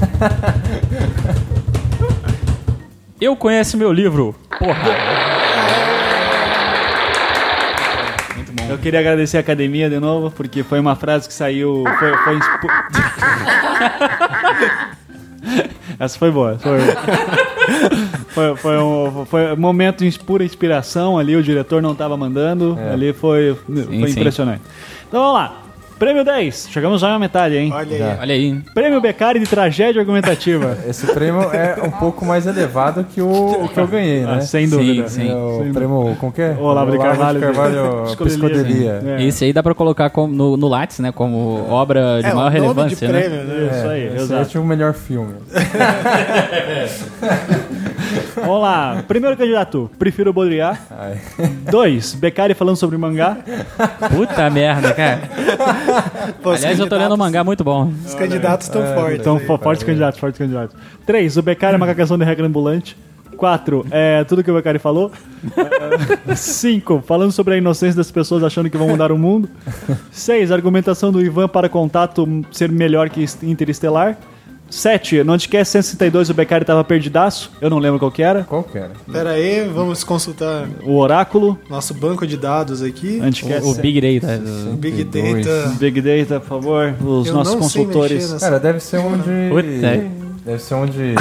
Eu conheço meu livro. Eu queria agradecer a academia de novo, porque foi uma frase que saiu. Foi, foi inspo- Essa foi boa. Foi, foi, foi um, foi um momento de pura inspiração ali, o diretor não estava mandando. Ali foi, foi É. sim. impressionante. Então vamos lá. Prêmio 10. Chegamos já na metade, hein? Olha aí. Olha aí. Prêmio Beccari de tragédia argumentativa. Esse prêmio é um pouco mais elevado que o, o que eu ganhei, né? Ah, sem Sim, dúvida. sim. É o prêmio, como que é? O Olavo de Carvalho. Carvalho Psicodelia. É. Esse aí dá pra colocar como- no, no Lattes, né? Como obra de É, maior o nome relevância, de né? prêmio, né? Isso aí, Esse exato. é o melhor filme. Vamos lá. Primeiro candidato, prefiro Baudrillard. Ai. Dois, Beccari falando sobre mangá. Puta merda, cara. Pô, os Aliás, eu tô lendo candidatos- um mangá muito bom. Os candidatos estão fortes. Então, fo- forte candidato, forte candidato. Três, o Beccari é uma cagação de regra ambulante. Quatro, é tudo que o Beccari falou. É, Cinco, falando sobre a inocência das pessoas achando que vão mudar o mundo. Seis, argumentação do Ivan para contato ser melhor que interestelar. Sete, no Anticast 162 o Beccari tava perdidaço. Eu não lembro qual que era. Qual que era? Pera aí, vamos consultar O Oráculo, nosso banco de dados aqui. Anticast O Big tá? Data. Big 32. Data. Big Data, por favor, os Eu nossos não sei mexer né? consultores. nessa- Cara, deve ser um de... Puta. Deve ser um de...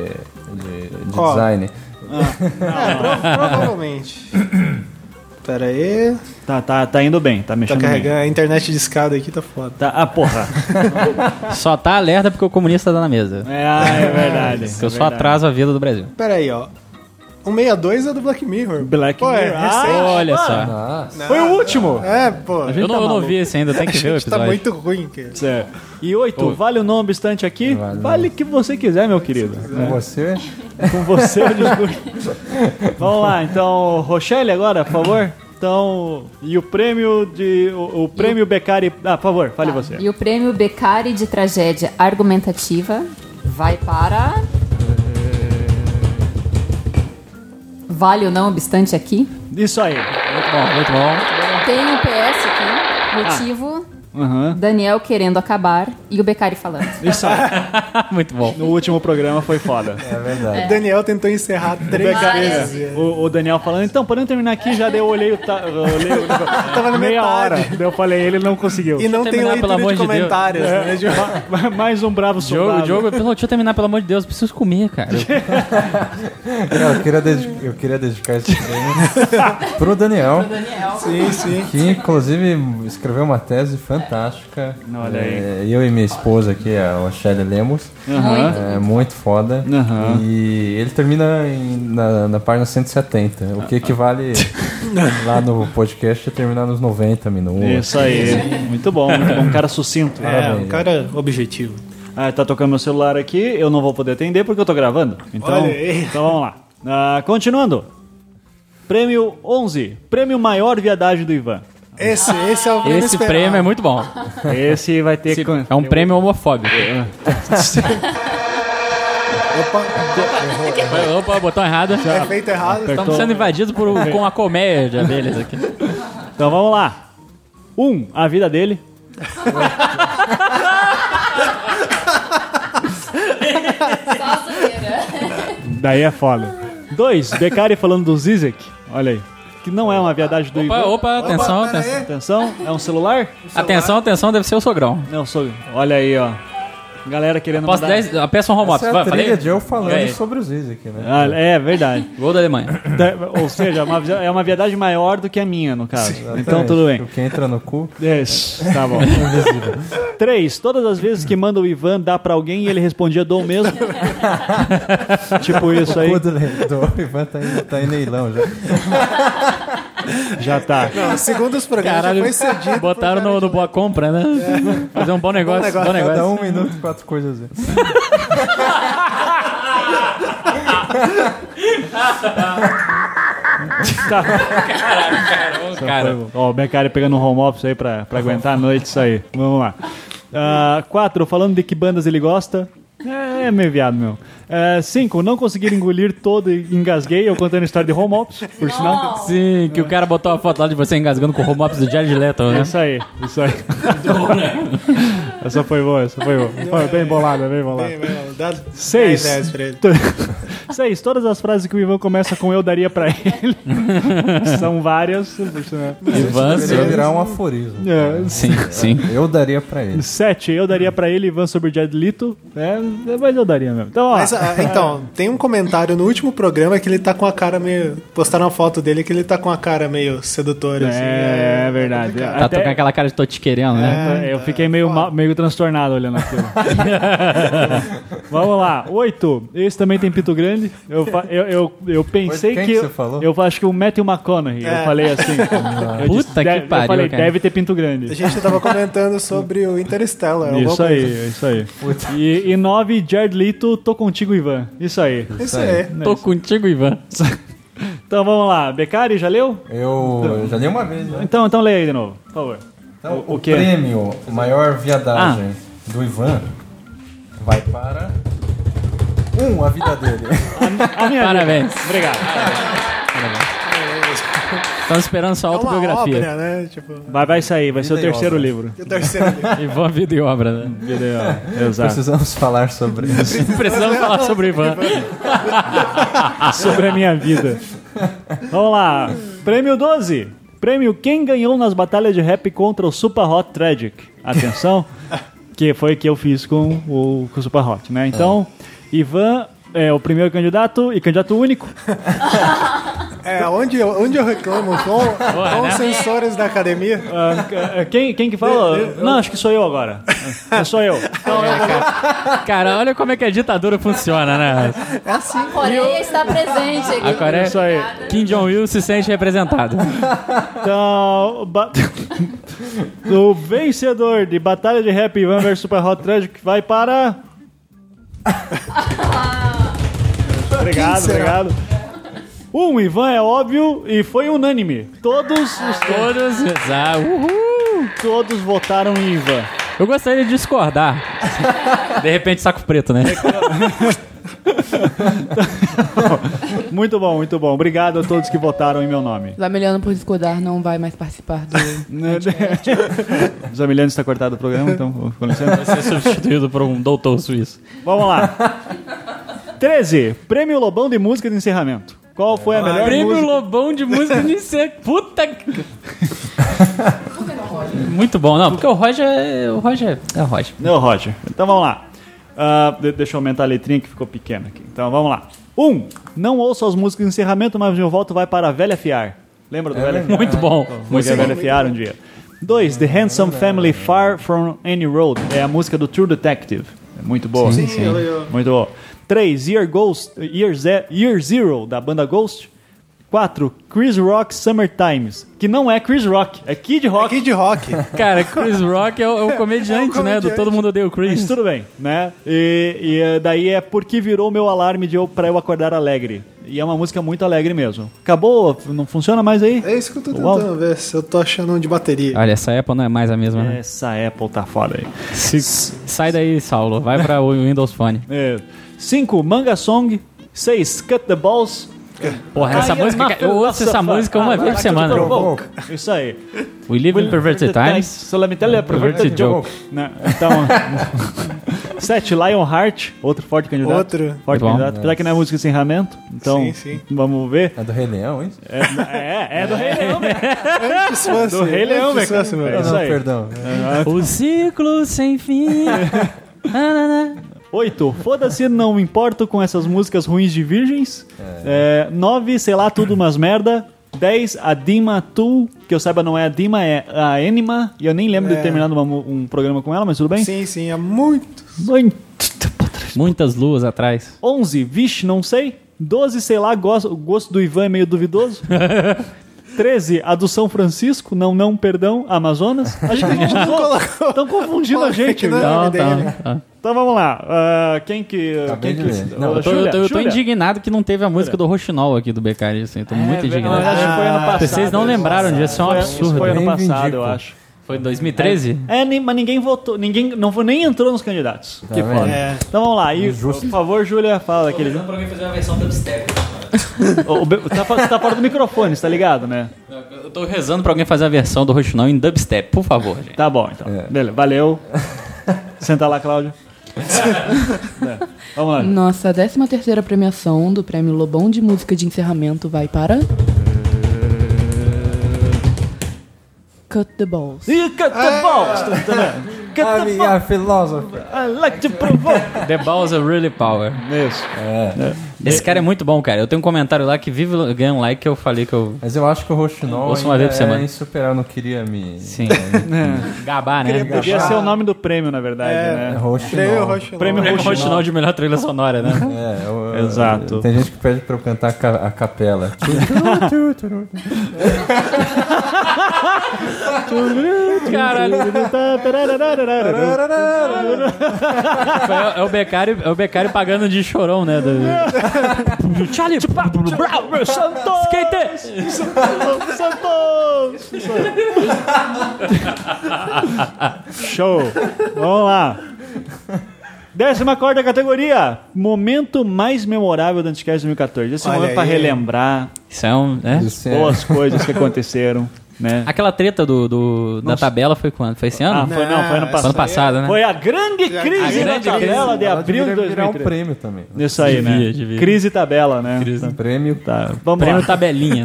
de, de Ó. design. É, prova- provavelmente. Pera aí. Tá, tá, tá indo bem, tá Tá mexendo bem. carregando a internet de escada aqui, tá foda. Tá, ah, porra. Só tá alerta porque o comunista tá na mesa. É, ah, é verdade. Porque eu só atraso a vida do Brasil. Pera aí, ó. O 62 é do Black Mirror. Black Pô, é Mirror. recente. Ah, Olha mano. só. Foi o último. É, pô. A gente, Eu não, eu não vi esse ainda, tem que ver o tá episódio. muito ruim, cara. Certo. É. E oito, vale o nome obstante aqui? Vale, Vale. o que você quiser, meu querido. É. Com você? Com você eu discuto. Vamos lá, então, Rochelle agora, por favor. Então, e o prêmio de. O, o prêmio Beccari. Ah, por favor, fale você. E o prêmio Beccari de tragédia argumentativa vai para. Vale ou não obstante aqui? Isso aí. Muito bom, muito bom. Tem um PS aqui. Motivo: Aham. Daniel querendo acabar e o Beccari falando. Isso aí. Ah, muito bom. No último programa foi foda. É verdade. O Daniel tentou encerrar três Várias vezes. O, o Daniel falando, então, podemos terminar aqui, já deu, eu olhei o. ta- eu olhei o Tava na meia metade. hora. Daí eu falei, ele não conseguiu. E não tem Terminar, pelo leitura amor de de Deus. comentários, né? De- Ma- Mais um bravo soldado. Diogo, Diogo, pelo- deixa eu terminar, pelo amor de Deus, eu preciso comer, cara. Cara, É, eu queria, dedi- eu queria dedicar esse prêmio pro Daniel, Sim, sim. que inclusive escreveu uma tese fantástica. Olha aí. É, eu e minha esposa aqui, a Rochelle Lemos. Muito. É muito foda. Aham. E ele termina em- na, na página 170, o que equivale lá no podcast a terminar nos 90 minutos. Isso aí. Muito bom, muito bom. Um cara sucinto. É, um cara objetivo. Ah, tá tocando meu celular aqui, eu não vou poder atender porque eu tô gravando. Então, Olha aí. então vamos lá. Ah, continuando. Prêmio 11. Prêmio maior viadagem do Ivan. Esse, esse é o prêmio Esse esperado. prêmio é muito bom. É um Esse vai ter... Esse con- é um prêmio homofóbico. Foi- Opa, botão errado. É feito errado. Estamos sendo invadidos por, um- com a comédia deles aqui. Então vamos lá. Um, a vida dele. Daí é foda. Dois, Beccari falando do Zizek. Olha aí. Que não é uma viadagem do Opa, Igor. opa, atenção, pera atenção. aí. Atenção, é um celular? Atenção, atenção, deve ser o sogrão. Não, sou. Olha aí, ó. Galera querendo Posso mandar- dar esse- a peça um home Essa office. é a Vai, trilha falei? de eu falando Ganhei. sobre os Isaac, né? Ah, é verdade. Gol da Alemanha. Da- Ou seja, é uma vi- é uma viadagem maior do que a minha, no caso. Então tudo bem. É, O que entra no cu. Yes, tá bom. Três, todas as vezes que manda o Ivan dar pra alguém e ele respondia dou mesmo. tipo isso aí. O cu do, do Ivan tá em, tá em leilão já. Já tá. Não, segundo os programas, já foi cedido. Botaram no, no boa compra, né? Fazer um bom negócio. Bom negócio. negócio. Cada um minuto e quatro coisas. um. Cara, Ó, o Beccari pegando um home office aí pra, pra aguentar a noite, isso aí. Vamos lá. Ah, quatro, falando de que bandas ele gosta. É, é meio viado, meu. Ah, cinco, não conseguir engolir todo e engasguei, eu contando a história de home office, por sinal. sim, que o cara botou a foto lá de você engasgando com o home office do Jared Leto, né? Isso aí, isso aí. essa foi boa, essa foi boa. Foi bem bolada, bem bolada. Dá Seis. 10 reais pra ele. To- Seis. Todas as frases que o Ivan começa com eu daria pra ele. São várias. por sinal. Ivan, Isso vai virar um aforismo. É, sim, sim. Eu daria pra ele. Sete. Eu daria pra ele, Ivan, sobre o Jared Leto. É, mas eu daria mesmo. Então, ó. Mas, ah, então, tem um comentário no último programa que ele tá com a cara meio. Postaram uma foto dele que ele tá com a cara meio sedutora. assim, né? É, é verdade. Tá Até- tocando aquela cara de tô te querendo, né? É, eu fiquei meio, ma- meio transtornado olhando aquilo. Vamos lá. Oito. Esse também tem pito grande. Eu, fa- eu, eu, eu pensei Quem que. que você falou? Eu acho que o Matthew McConaughey. Eu falei assim. Eu Puta que deve- pariu, Eu falei, cara. deve ter pinto A grande. gente tava comentando sobre o Interstellar. alguma Isso aí, É coisa. assim. isso aí. E, e nove, Jared Leto, tô contigo, Ivan. Isso aí. Isso aí. Tô contigo, Ivan. Então vamos lá. Becari, já leu? Eu já li uma vez, né? Então, então leia aí de novo, por favor. Então, O- o, o quê? prêmio maior viadagem do Ivan vai para. Um, a vida dele. A minha Parabéns. Obrigado. Estamos esperando sua É uma autobiografia. obra, né? Tipo, Vai, vai sair, vai ser o Vida e terceiro obra. livro. o terceiro. Ivan, vida e obra, né? Exato. Precisamos falar sobre isso. Precisamos falar sobre o Ivan. Ah, sobre a minha vida. Vamos lá. Prêmio 12. Prêmio Quem Ganhou nas Batalhas de Rap contra o Super Hot Tragic. Atenção, que foi que eu fiz com o, com o Super Hot, né? Então, Ivan é o primeiro candidato e candidato único. É, onde eu, onde eu reclamo com, né? com os sensores da academia. Ah, quem, quem que fala? Não, acho que sou eu agora. É, sou eu. Cara, olha como é que a ditadura funciona, né? A Coreia está presente aqui. A Coreia, Isso aí. Kim Jong-il se sente representado. Então, ba- o vencedor de Batalha de Rap Ivan vs Super Hot Tragic vai para. obrigado, obrigado. Um, Ivan é óbvio e foi unânime. Todos, os- Todos. Ah, uhul. todos votaram em Ivan. Eu gostaria de discordar. De repente, saco preto, né? Muito bom, muito bom. Obrigado a todos que votaram em meu nome. Zamiliano, por discordar, não vai mais participar do. Zamiliano está tá cortado do programa, então com licença. Ser é substituído por um doutor suíço. Vamos lá. 13. Prêmio Lobão de Música de Encerramento. Qual foi a melhor Prêmio música? Lobão de música de ser puta. que- Muito bom, não, porque o Roger é. O Roger é o Roger. Meu Roger. Então vamos lá. Ah, de- deixa eu aumentar a letrinha que ficou pequena aqui. Então vamos lá. 1. Um, não ouço as músicas de encerramento, mas meu voto vai para a Velha Fiar. Lembra do Velha Fiar? É Muito bom. Música Velha Fiar um dia. 2. The Handsome Family Far From Any Road. É a música do True Detective. É muito boa. Sim, sim. Muito boa. 3. Year, Ghost, Year, Ze- Year Zero, da banda Ghost. 4. Chris Rock Summer Times. Que não é Chris Rock, é Kid Rock. Kid Rock. Cara, Chris Rock é o, é o comediante, né? Do Todo Mundo Odeia o Mas Chris. tudo bem, né? E, e, eh, daí é porque virou meu alarme de eu, pra eu acordar alegre. E é uma música muito alegre mesmo. Acabou? Não funciona mais aí? É isso que eu tô Uau. Ah, tentando ver, se eu tô achando um de bateria. Olha, essa Apple não é mais a mesma, né? Essa Apple tá foda aí. Sai daí, Saulo. Vai pra o Windows Phone. 5. É. Manga Song. 6. Cut the Balls. Porra, essa Aí, música. Rafa, Eu ouço essa Rafa, música uma Rafa, vez por Rafa, semana. Rafa, Rafa. Isso aí. We live in perverted times. So let me tell you a perverted Perverted joke. Né, Então. 7. Lionheart. Outro forte candidato. Outro. Forte Muito bom. candidato. Apesar que não é música de encerramento. Então, Sim, sim. vamos ver. É do Rei Leão, hein? É, é, é do Rei Leão, né? Antes fosse, Do Rei Leão, antes velho. fosse, meu. É isso não, aí. perdão. O ciclo sem fim. Nananã. 8. Foda-se, não me importo com essas músicas ruins de virgens. É. 9. sei lá, tudo umas merda. 10. A Dima Tu, que eu saiba não é a Dima, é a Enima. E eu nem lembro de É. terminar uma mu- um programa com ela, mas tudo bem. Sim, sim, é muito. Oi. Muitas luas atrás. 11. Vixe, não sei. 12. Sei lá, gosto, o gosto do Ivan é meio duvidoso. 13. A do São Francisco, não, não, perdão, Amazonas. A gente não Estão confundindo a gente. né? né? Não, Tá, não, tá, tá. Então vamos lá. Ah, quem que. Acabei Quem que. de ver. Não, Ô, Eu tô, Júlia, eu tô- eu tô Júlia. indignado que não teve a música do Roxinol aqui do BK. Assim. Tô muito É, indignado. na verdade, foi ano passado. Vocês não lembraram disso, isso é um Foi- absurdo. Foi ano Bem passado, vindico. eu acho. Foi em 2013? É, nem- mas ninguém votou, ninguém não foi- nem entrou nos candidatos. Tá vendo? É. Então vamos lá, e, por Injusto. favor, Júlia, fala daquele. É. pra mim fazer uma versão dubstep. O- o Be- tá, fa- você tá fora do microfone, você tá ligado, né? Eu tô rezando pra alguém fazer a versão do Roxinol em dubstep, por favor, gente. Tá bom, então. É. Beleza, valeu. Senta lá, Cláudio. É, Vamos lá. Nossa 13 terceira premiação do Prêmio Lobão de Música de Encerramento vai para... Cut the Balls. E cut the balls, tá entendendo? A Cut the balls, minha filósofa. I like to provoke. The Balls are really power. Isso. Esse cara é muito bom, cara. Eu tenho um comentário lá que vive ganha um like que eu falei que eu. Mas eu acho que o Rochinol Ouça uma vez por semana. é insuperável, eu não queria me... Sim. Gabar, né? Podia ser o nome do prêmio, na verdade, É né? Prêmio Rochinol. Roxinol. Prêmio Prêmio Roxinol. Roxinol de melhor trilha sonora, né? É, eu- eu- Exato. Tem gente que pede pra eu cantar a ca- a capela. Caralho. Foi- É o Becário, é o Becário pagando de chorão, né? Do... Charlie Brown, Tipo, Santos! Skate! Santos! Show! Vamos lá. Décima quarta categoria. Momento mais memorável do Anticast 2014. Esse Olha momento pra aí. relembrar Isso é um. né? Isso é- boas coisas que aconteceram, né? Aquela treta do, do- da tabela foi quando? Foi esse ano? Ah, foi, não, foi ano Não, Foi né? ano passado. passado, né? Foi a grande crise grande da tabela crise. de Ela abril de deveria virar um 2013. prêmio também. Isso aí, né? Devia, devia. Crise tabela, né? Um prêmio Tá, vamos Prêmio lá. tabelinha,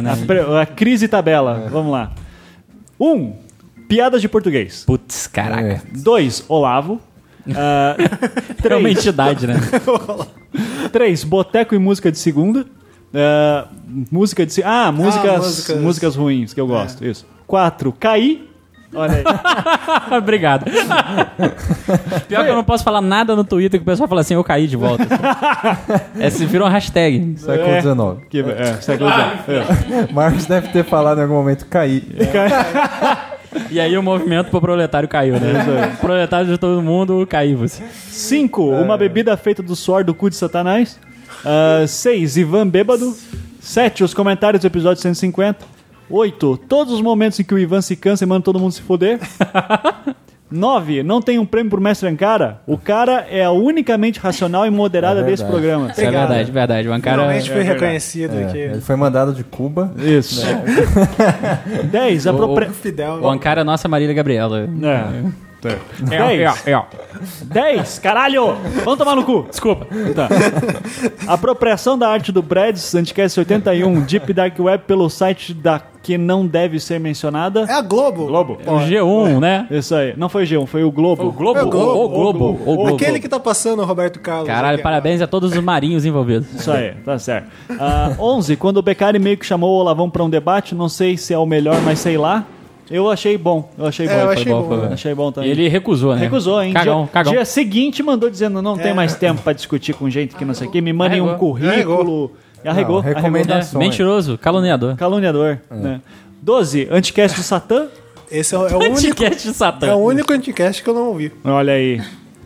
né? A, pre- a crise tabela. Vamos lá. 1. Um, piadas de português. Putz, é, caraca. 2. Olavo. Ah, É uma três, entidade, né? 3. Boteco e música de segunda. Ah, música de. se- Ah, músicas, músicas. músicas. ruins, que eu gosto. Isso. 4. Caí. Olha aí. Obrigado. Pior que eu não posso falar nada no Twitter que o pessoal fala assim, eu caí de volta. Esse virou uma hashtag. É. século XIX. Que, é, século XIX. Marx deve ter falado em algum momento cair. E aí o movimento pro proletário caiu, né? proletário de todo mundo caiu. assim. Você. 5. Uma bebida feita do suor do cu de Satanás. 6. Ivan bêbado. 7. Os comentários do episódio 150. 8. Todos os momentos em que o Ivan se cansa e manda todo mundo se foder. 9. Não tem um prêmio pro mestre Ankara. O cara é a unicamente racional e moderada É desse verdade. programa. É Obrigado. verdade, verdade. Um cara... Finalmente foi verdade. reconhecido É, aqui. ele foi mandado de Cuba. Isso. 10. A propre... Fidel. O Ancara é nossa Marília Gabriela. É. 10. 10, caralho! Vamos tomar no cu! Desculpa. Tá. Apropriação da arte do Breads, Anticast 81, Deep Dark Web pelo site da que não deve ser mencionada. É a Globo. Globo. O G1, né? Isso aí. Não foi o G1, foi o Globo. O Globo. É o Globo. O Globo. O Globo. Aquele que tá passando, o Roberto Carlos. Caralho, aqui, ó. parabéns a todos os marinhos envolvidos. Isso aí, tá certo. Ah, 11, quando o Beccari meio que chamou o Olavão pra um debate, não sei se é o melhor, mas sei lá. Eu achei bom, eu achei bom. É, eu foi achei bom, bom, foi bom. né? Achei bom também. E ele recusou, né? Recusou, hein? Cagão, dia, cagão. dia seguinte mandou dizendo: não É. tem mais tempo pra discutir com gente que não sei o quê, me mandem um Arregou. currículo. Arregou. Não, arregou. recomenda- É. É, mentiroso, caluniador. Caluniador. Né? 12. Anticast do Satã. Esse é, o- é o único. Anticast de Satã. É o único anticast que eu não ouvi. Olha aí.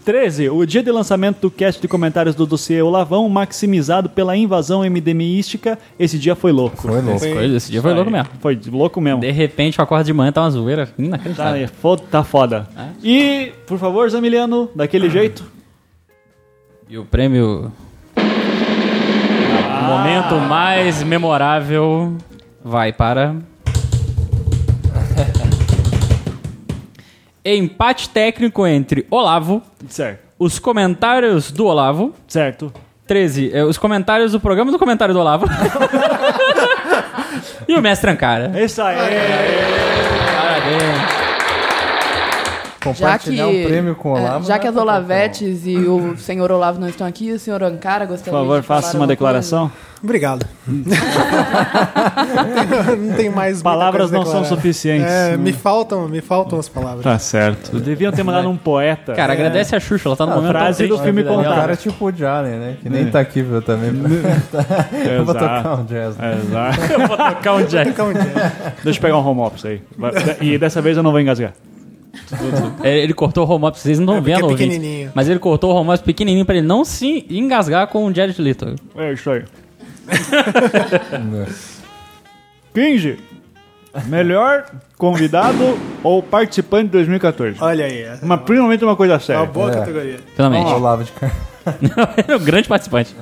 13. O dia de lançamento do cast de comentários do dossiê O Lavão, maximizado pela invasão MDMística, esse dia foi louco. Foi é louco. Esse coisa- esse dia foi louco mesmo. Foi louco mesmo. De repente eu acordo de manhã, tá uma zoeira Tá, inacreditável. é foda, tá foda. É. E, por favor, Zamiliano, Hum. daquele jeito. E o prêmio. Ah. O momento mais memorável vai para. Empate técnico entre Olavo, Certo. os comentários do Olavo. Certo. 13. é, os comentários do programa do comentário do Olavo. e o mestre Ancara. É Isso aí. Parabéns. Já que, Compartilhar um prêmio com o Olavo. é, já que não é as qualquer um. Olavetes e o senhor Olavo não estão aqui, o senhor Ancara Por gostaria favor, de falar faça uma alguma declaração. Obrigado. não tem mais. muita Palavras coisa a não são declarar. suficientes. É, me faltam, me faltam as palavras. Tá certo. Deviam ter mandado um poeta. Cara, agradece a Xuxa, ela tá no momento tão frase triste do da filme vida dela. O Contato. cara é tipo o Jalen, né? Que É. nem tá aqui viu, também. Eu vou tocar um jazz. né? Exato. Eu vou tocar um jazz. Então, é, Deixa eu pegar um home office aí. Vai- E dessa vez eu não vou engasgar. É, ele cortou o home office, vocês não estão porque é vendo, ouvinte. pequenininho. Mas ele cortou o home office pequenininho pra ele não se engasgar com o Jared Leto. É isso aí. 15. Melhor convidado ou participante de 2014? Olha aí. É Mas principalmente uma coisa uma séria. boa É. categoria. Finalmente. Olavo de Carvalho. Ele é um grande participante.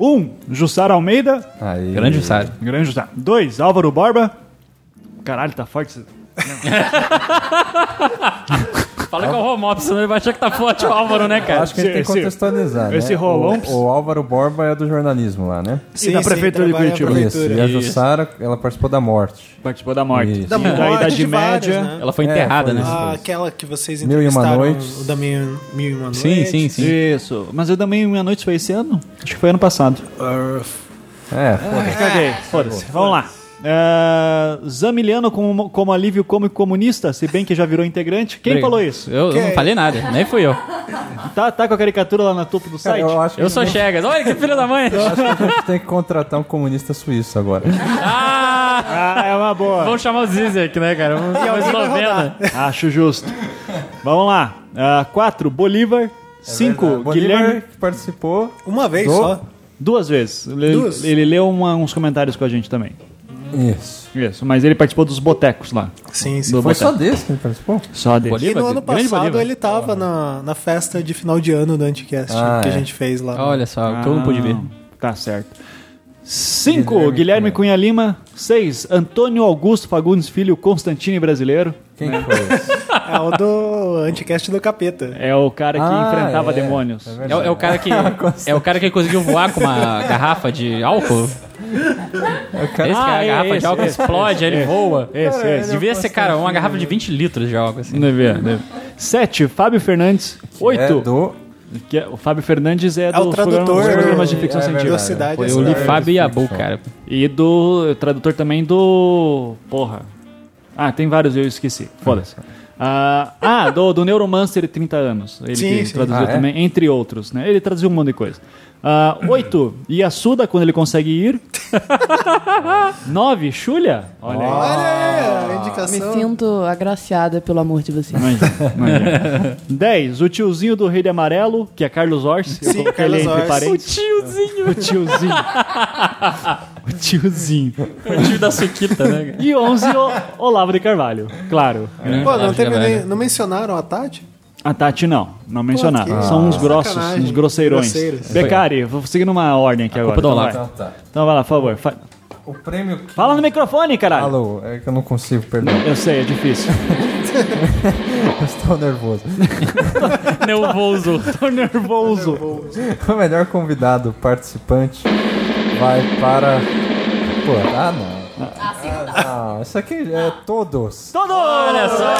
Um, Jussara Almeida. Aí. Grande Jussara. Grande Jussara. Dois, Álvaro Borba. Caralho, tá forte. esse- Fala que é o home office, senão ele vai achar que tá forte o Álvaro, né, cara? Acho que a gente tem que Esse- contextualizar, esse né? rolão- O, o Álvaro Borba é do jornalismo lá, né? Sim, da sim, Prefeitura de trabalha na Curitiba. Isso. E prefeitura. a Jussara, ela participou da morte. Participou da morte. Isso. E Da Da, morte de Idade várias, Média. né? Ela foi É, enterrada, foi né? isso. Ah, aquela que vocês Mil e uma entrevistaram. noites. O da Mil, mil e uma Noites. Sim, sim, sim. Isso. Mas eu também Meia Noite foi esse ano? Acho que foi ano passado. Ah, É, foda-se. Caguei. Foda-se. Vamos lá. É, Zamiliano como, como alívio cômico comunista, se bem que já virou integrante. Quem Obrigado. falou isso? Eu, eu não falei nada, nem fui eu. Tá, tá com a caricatura lá no topo do Cara, site? eu acho que Eu sou Chegas. Olha que filho da mãe! a gente tem que contratar um comunista suíço agora. Ah! Ah, é uma boa. Vamos chamar o Zizek, né, cara? Vamos chamar eslovena. Acho justo. Vamos lá. 4, Bolívar. 5, É Bolívar Guilherme. que participou. Uma vez Do- só. Duas vezes. Ele, Duas? ele leu uma- uns comentários com a gente também. Isso. Isso, mas ele participou dos botecos lá. Sim, sim. Do Foi boteco. só desse que ele participou? Só dele. E no Bolívar? ano Grande passado Bolívar. ele tava na, na festa de final de ano do Anticast Ah, que é. a gente fez lá. Olha só, o que eu não pude Ah. ver. Tá certo. 5, Guilherme, Guilherme Cunha Lima. 6, Antônio Augusto Fagundes Filho Constantini Brasileiro. Quem que foi? esse? É o do Anticast do Capeta. É o cara que Ah, enfrentava é. demônios. É É, o- verdade. é o cara que é o cara que conseguiu voar com uma garrafa de álcool. Esse cara, Ah, é, a garrafa esse, de álcool esse, explode, aí ele voa. Esse, Cara, esse. ele- Devia ser, cara, uma garrafa de 20 litros de álcool, assim. Devia, devia. 7, Fábio Fernandes. 8, É do... que é- o Fábio Fernandes é, É o dos tradutor programas, dos programas de do- ficção é Da científica. verdade. cidade. Foi essa é Eu li cidade. Fábio e Abu, cara. E do tradutor também do. Porra. Ah, tem vários, eu esqueci. Foda-se. Ah, ah, do, do Neuromancer 30 anos. Ele Sim, que sim. traduziu Ah, é? também, entre outros, né? Ele traduziu um monte de coisa. Ah, oito, Yasuda, quando ele consegue ir. Nove, Xulia. Olha aí. Olha aí, É, a Me indicação. sinto agraciada pelo amor de vocês. Imagina, imagina. Dez, o tiozinho do Rei de Amarelo, que é Carlos Orsi. Eu Sim, coloquei ele entre Carlos Orsi. parênteses. Tiozinho, O tiozinho. o tiozinho. o tio da Suquita, né? E 11, o Olavo de Carvalho, claro. Pô, não, teve Caralho. nem- não mencionaram a Tati? A Tati não, não mencionaram. que São uns grossos, sacanagem. uns grosseirões. Grosseiros. Becari, vou seguindo uma ordem aqui agora. culpa é do Então Olavo. vai. Então tá. Então vai lá, por favor. Fa- O prêmio... Fala no microfone, caralho. Alô, é que eu não consigo, perdão. Eu sei, é difícil. Eu estou nervoso. Nervoso. Tô nervoso. O melhor convidado participante vai para... Pô, ah, não. Ah, não. Isso aqui é todos. Todo! Olha só!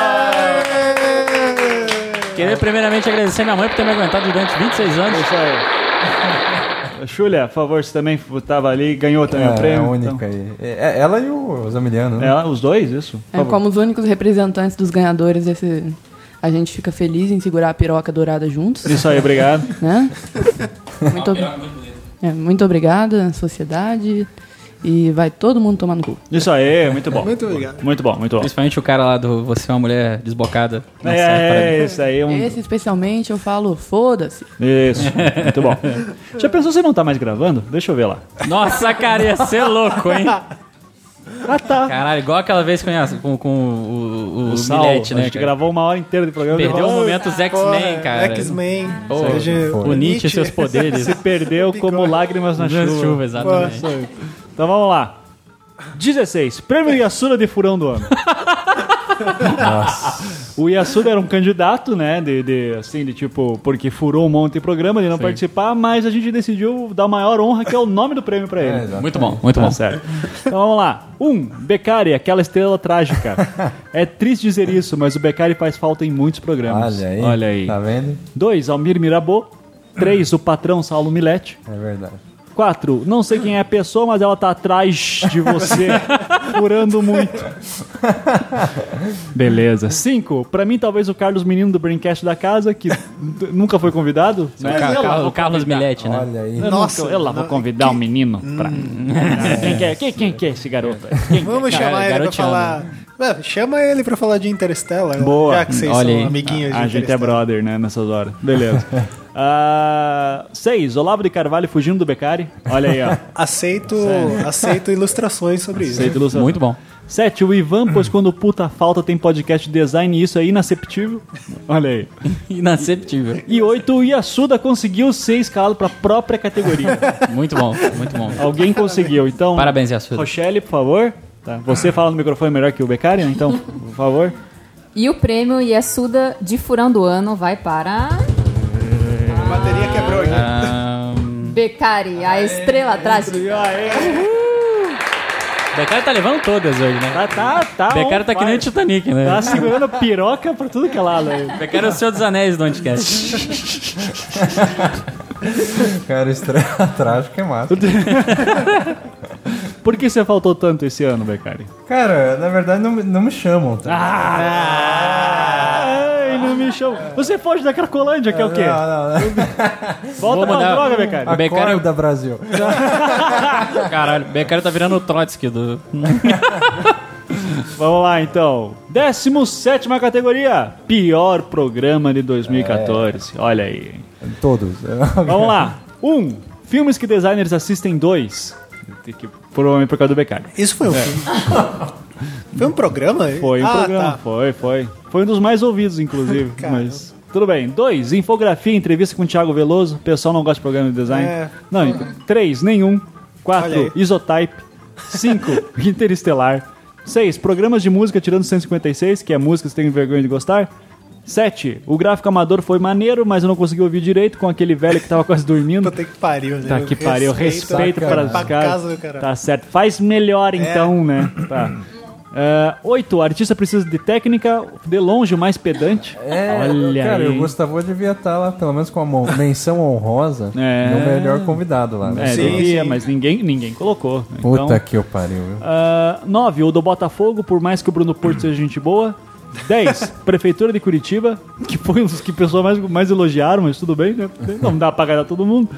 Queria primeiramente agradecer minha mãe por ter me aguentado durante 26 anos. Isso aí. Xulia, por favor, você também estava ali, ganhou também o é a prêmio. única aí. É, é ela e o Zamiliano, então. né? Ela, os dois, isso? Por É, favor. como os únicos representantes dos ganhadores desse. A gente fica feliz em segurar a piroca dourada juntos, Isso aí, obrigado. né? Muito, ob- é, muito obrigada, sociedade. e vai todo mundo tomar no cu. Isso aí, muito bom. Muito obrigado. Muito bom, muito bom. Principalmente o cara lá do Você é uma Mulher Desbocada. Nossa, é, parabéns. é, isso aí é um. Esse especialmente eu falo, foda-se. Isso, muito bom. Já pensou se não tá mais gravando? Deixa eu ver lá. Nossa, cara, ia ser louco, hein? Ah, tá. Caralho, igual aquela vez com, com, com o, o, O o Sal, Milete, a né? gente cara? gravou uma hora inteira de programa. Perdeu o Nossa, momento dos X-Men, é cara. X-Men. Pô, Ou seja, o Nietzsche e seus poderes. Se perdeu como lágrimas na Nas chuva. chuvas, exatamente. Nossa. Então vamos lá. 16. Prêmio Yasuda de Furão do Ano. O Yasuda era um candidato, né? De, de, assim, de tipo, porque furou um monte de programa de não participar, mas a gente decidiu dar a maior honra, que é o nome do prêmio pra ele. exato. Muito bom, muito Tá bom. certo. Então vamos lá. Um, Beccari, aquela estrela trágica. É triste dizer isso, mas o Beccari faz falta em muitos programas. Olha aí. Olha aí. Tá vendo? Dois, Almir Mirabô. Três, o patrão Saulo Milete. É verdade. Quatro, não sei quem é a pessoa, mas ela tá atrás de você, furando muito. Beleza. Cinco, pra mim talvez o Carlos Menino do Braincast da casa, que d- nunca foi convidado. né? O, Car- Eu lá o vou Carlos Milete, né? Olha aí. eu Nossa, Nossa, eu lá vou convidar um menino pra. quem, que é, quem, quem que é esse né? garoto? Quem Vamos Cara, chamar ele pra garoteando. falar. Ué, chama ele pra falar de Interstellar. né? Boa. Já que vocês Olha são aí. amiguinhos de A gente é Interstellar. brother, né, nessas horas. Beleza. 6. Olavo de Carvalho fugindo do Becari. Olha aí, ó. Aceito, aceito ilustrações sobre isso. Aceito ilustração. Muito bom. 7. O Ivan, pois quando puta falta tem podcast design e isso é inacceptível. Olha aí. Inaceptível. E 8. O Yasuda conseguiu ser escalado pra própria categoria. Muito bom, muito bom. Alguém conseguiu, então. Parabéns, Yasuda. Rochelle, por favor. Tá, Você fala no microfone melhor que o Becari, né? então, por favor. E o prêmio Yasuda de Furão do Ano vai para. A bateria quebrou aqui. Ahn, Becari, a estrela trágica. Becari tá levando todas hoje, né? Tá, tá, tá. Becari tá on que nem o fire. Titanic, né? Tá segurando a piroca pra tudo que é lado. aí. Becari é o Senhor dos Anéis do Anticast. Cara, estrela trágica é massa. Por que você faltou tanto esse ano, Becari? Cara, na verdade não, me- não me chamam. Tá? Ah. Ai, não me chama. Você foge da Cracolândia, que é o quê? Não, não, não. Volta pra mandar- droga, Becari. Becari- Acorda, Brasil. Caralho, Becari tá virando o Trotsky do... Vamos lá, então. 17 categoria. Pior programa de 2014. Olha aí. Todos. Vamos lá. Um, filmes que designers assistem dois. Tem que- Provavelmente por causa do Becari. Isso foi um filme. Foi um programa? É. Foi um ah, programa, Tá. foi, foi. Foi um dos mais ouvidos, inclusive. Cara. mas. Tudo bem. Dois, infografia, entrevista com o Thiago Veloso. O pessoal não gosta de programa de design. É. Não, então. Três, nenhum. Olha Quatro, aí. isotype. Cinco, interestelar. Seis, programas de música tirando 156, que é música que você tem vergonha de gostar. Sete, o gráfico amador foi maneiro, mas eu não consegui ouvir direito com aquele velho que tava quase dormindo. Puta que pariu, né? Tá que pariu, respeito para os pra casa do caras. caralho. É. Tá certo, faz melhor então, né? Tá. Ah, oito, o artista precisa de técnica, de longe o mais pedante. É, Olha cara, aí. o Gustavo devia estar lá, pelo menos com a mon- menção honrosa, É. e o melhor convidado lá. É, Né? devia, sim. mas ninguém, ninguém colocou. né? Então, Puta que eu pariu, viu? ah, nove, o do Botafogo, por mais que o Bruno Porto seja gente boa. 10. Prefeitura de Curitiba, que foi um dos que o pessoal mais, mais elogiaram, mas tudo bem, né? Não dá pra agradar todo mundo.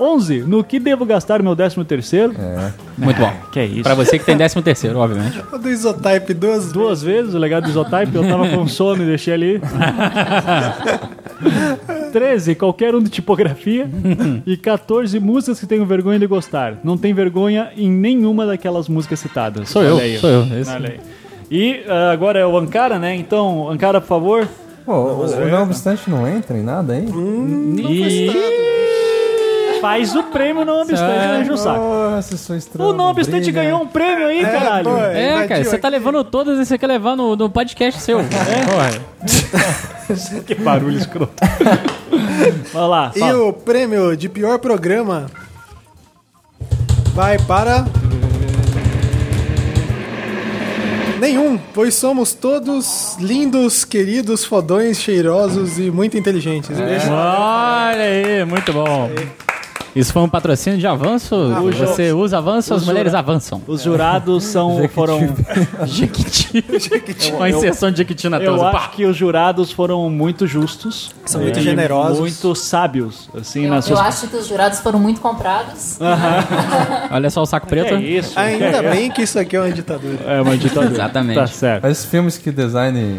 11. No que devo gastar meu 13 terceiro? Muito bom. Que é isso. Pra você que tem 13 terceiro, obviamente. O do Isotype duas vezes. Duas vezes o legado do Isotype, eu tava com sono e deixei ali. 13, qualquer um de tipografia. e 14, músicas que tenho vergonha de gostar. Não tem vergonha em nenhuma daquelas músicas citadas. Sou eu, sou eu, esse. Olha aí. E ah, agora é o Ankara, né? Então, Ankara, por favor. Pô, o, é o não obstante não entra em nada, hein? Hum. tá, Faz o prêmio não obstante, né, Jussaco? Nossa, sou estranho. O não obstante ganhou um prêmio aí, caralho. pô, É, invadiu cara, você tá aqui. levando todas e você quer levar no, no podcast seu. É, Que barulho escroto. Vai lá, E fala. o prêmio de pior programa vai para. Nenhum, pois somos todos lindos, queridos, É. fodões, cheirosos e muito inteligentes. Olha aí, muito bom. Isso foi um patrocínio de avanço? Ah, Você usa avanço, as mulheres avançam. Os jurados são, foram. Jequiti. Uma inserção de Jequiti na Eu tela. acho que os jurados foram muito justos. São muito e generosos. Muito sábios, assim, Eu, nas eu suas. acho que os jurados foram muito comprados. Olha só o saco É preto. isso. Ainda bem que isso aqui é uma ditadura. É uma ditadura. Exatamente. Tá certo. Mas filmes que design eh,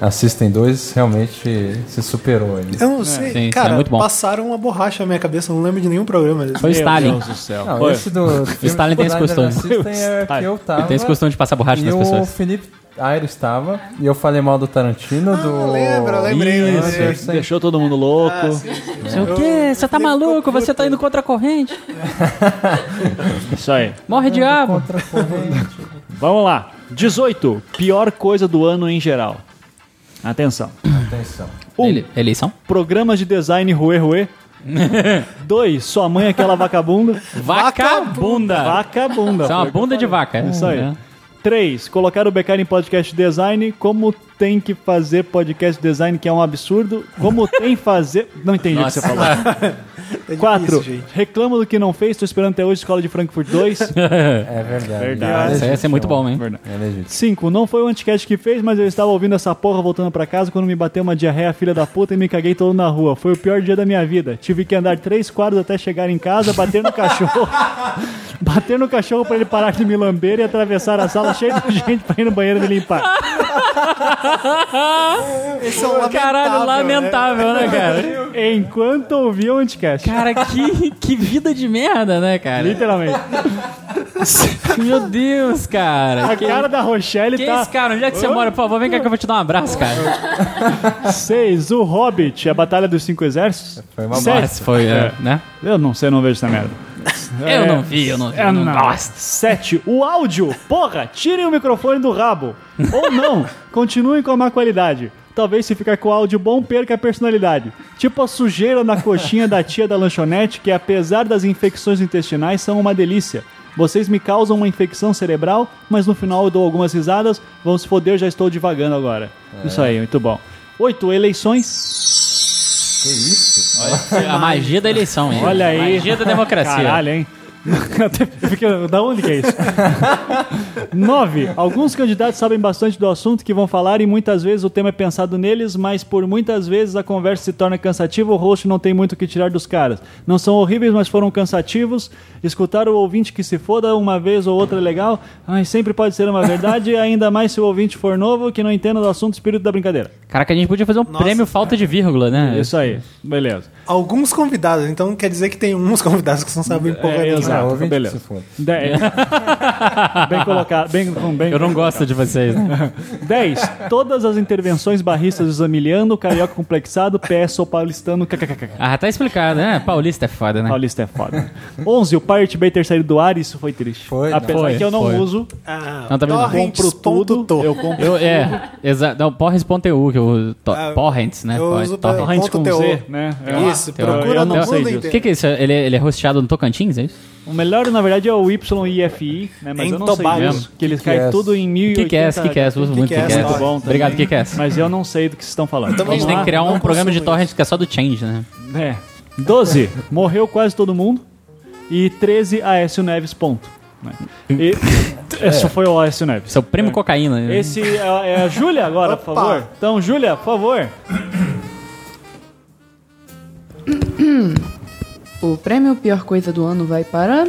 assistem dois realmente se superou aí. Eu não sei, sim, cara, é muito bom. passaram uma borracha na minha cabeça, eu não lembro de nenhum programa desse. Foi Meu É Stalin. Deus do céu. Não, Foi. esse do filme Stalin que tem esse design costume. assistem é que eu tava. Ele tem esse costume de passar borracha E nas o pessoas. Felipe Aires estava, e eu falei mal do Tarantino, do. lembro, Ah, eu lembrei, é, eu Isso, lembrei. sem- Deixou todo mundo louco. O quê? Você tá maluco? Você tá indo contra a corrente? Isso aí. Morre diabo. Vamos lá. 18. Pior coisa do ano em geral. Atenção. Atenção. Um. Ele- Eleição? Programas de design ruê ruê. Dois. Sua mãe é aquela vacabunda. Vacabunda. Vacabunda. Isso é uma foi o que eu bunda de falei. vaca. Isso aí. É. Três. Colocar o Becari em podcast design. Como tem que fazer podcast design, que é um absurdo. Como tem fazer... Não entendi o que você falou. É Quatro. difícil, gente. Reclama do que não fez. Tô esperando até hoje Escola de Frankfurt 2. É verdade. Verdade. Isso aí ia ser muito bom, hein? É legítimo. 5. Não foi o Anticast que fez, mas eu estava ouvindo essa porra voltando pra casa quando me bateu uma diarreia filha da puta e me caguei todo na rua. Foi o pior dia da minha vida. Tive que andar três quadros até chegar em casa, bater no cachorro. bater no cachorro pra ele parar de me lamber e atravessar a sala cheia de gente pra ir no banheiro me limpar. Esse é um Caralho, lamentável, né, cara? Enquanto ouvia o Anticast. Cara, que, que vida de merda, né, cara? Literalmente. Meu Deus, cara. A Que, cara da Rochelle que é tá isso, cara? Onde é que você mora? Por favor, vem cá que eu vou te dar um abraço, cara. 6. O Hobbit, a Batalha dos Cinco Exércitos. Foi uma Sete. Esse foi, é, né? Eu não sei, não vejo essa merda. Eu não vi, eu não vi. É, eu não- nossa. Sete, o áudio. Porra, tirem o microfone do rabo. Ou não, continuem com a má qualidade. Talvez se ficar com o áudio bom, perca a personalidade. Tipo a sujeira na coxinha da tia da lanchonete, que apesar das infecções intestinais, são uma delícia. Vocês me causam uma infecção cerebral, mas no final eu dou algumas risadas. Vão se foder, já estou divagando agora. Isso aí, muito bom. Oito, eleições. A magia da eleição, hein? Olha aí. Magia da democracia. Caralho, hein? Até porque, da onde que é isso? Nove. Alguns candidatos sabem bastante do assunto que vão falar e muitas vezes o tema é pensado neles, mas por muitas vezes a conversa se torna cansativa, o host não tem muito o que tirar dos caras. Não são horríveis, mas foram cansativos. Escutar o ouvinte que se foda uma vez ou outra é legal, mas sempre pode ser uma verdade, ainda mais se o ouvinte for novo que não entenda do assunto espírito da brincadeira. Caraca, a gente podia fazer um prêmio falta de vírgula, né? Isso aí. Beleza. Alguns convidados, então quer dizer que tem uns convidados que não sabem porra É, nenhuma. exato. Ah, ouvinte beleza. que se foda. Dez. bem colocado. Bem, bem Eu não gosto de vocês, né? 10. Todas as intervenções barristas examilhando, carioca complexado, PS ou paulistano, kkkk. Ah, tá explicado, né? Paulista é foda, né? Paulista é foda. 11. O Pirate Bay ter saído do ar, isso foi triste. Foi, É né? Apesar Foi, que eu não foi. uso, Ah, Não, tá vendo? torrents compro tudo. ponto to. Eu compro Eu, é, exato. Não, porres.eu, que eu. To, porrents, né? Ah, eu Porre- uso torrents. pra- torrent com Ponto Z, TO. né? Isso, procura eu no não sei mundo disso. O inteiro. que, que é isso? Ele, ele é rosteado no Tocantins, é isso? O melhor, na verdade, é o YIFI, né? Mas Em eu não sei Tobago. disso, que eles Que caem é? tudo em O 1080. que, que é esse? O que, que é esse? Eu uso muito o que, é que é essa? esse. Bom também. Obrigado, o que, que é esse? Mas eu não sei do que vocês estão falando. Então, A gente tem que criar não um programa de consumo torrents que é só do change, né? É. 12. Morreu quase todo mundo. E 13. Aécio Neves, ponto. né? Hum. E, Essa foi o Aécio Neves. Seu primo cocaína. né? Esse é, é a Júlia agora, por Opa. favor. Então, Júlia, por favor. O prêmio Pior Coisa do Ano vai para.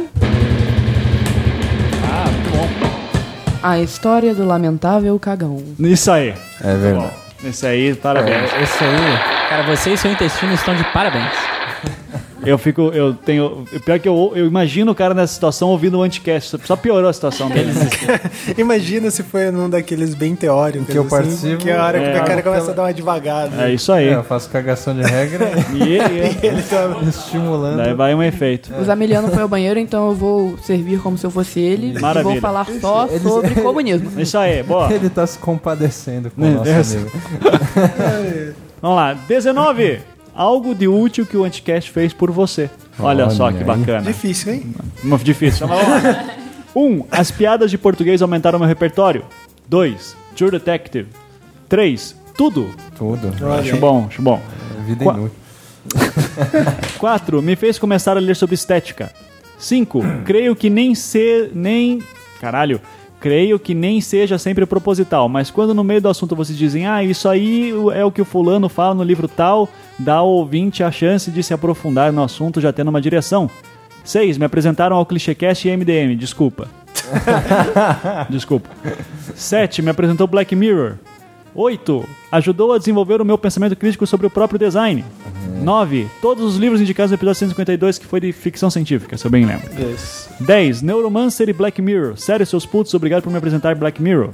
A história do lamentável cagão. Isso aí. É verdade. Isso aí, parabéns. É, Esse aí. Cara, você e seu intestino estão de parabéns. Eu fico, eu tenho. Pior que eu, eu imagino o cara nessa situação ouvindo o anticast. Só piorou a situação dele. Imagina se foi num daqueles bem teóricos. Que eu assim, participo. Que a hora que É. o cara começa a dar uma devagada. É isso aí. É, eu faço cagação de regra E, e- é. Ele tá- estimulando. daí vai um efeito. O Zamiliano foi ao banheiro, então eu vou servir como se eu fosse ele. E Maravilha. vou falar só Eles- sobre comunismo. Isso aí, boa. Ele tá se compadecendo com o Meu nosso Deus. amigo. Vamos lá. 19. Algo de útil que o anticast fez por você. Olha só Olha que aí. bacana. Difícil, hein? Muito difícil. Mas vamos lá. Um, as piadas de português aumentaram meu repertório. Dois, True Detective. Três, tudo. Tudo. Acho bom, acho bom. Vida Qua- inútil. 4. Me fez começar a ler sobre estética. 5. Creio que nem se... nem... Caralho. Creio que nem seja sempre proposital, mas quando no meio do assunto vocês dizem ah, isso aí é o que o fulano fala no livro tal, dá ao ouvinte a chance de se aprofundar no assunto já tendo uma direção. 6. Me apresentaram ao Clichêcast e MDM, desculpa. Desculpa. 7. Me apresentou Black Mirror. 8. Ajudou a desenvolver o meu pensamento crítico sobre o próprio design. 9. Todos os livros indicados no episódio 152, que foi de ficção científica, se eu bem lembro. 10. Neuromancer e Black Mirror. Sério, seus putos, obrigado por me apresentar Black Mirror.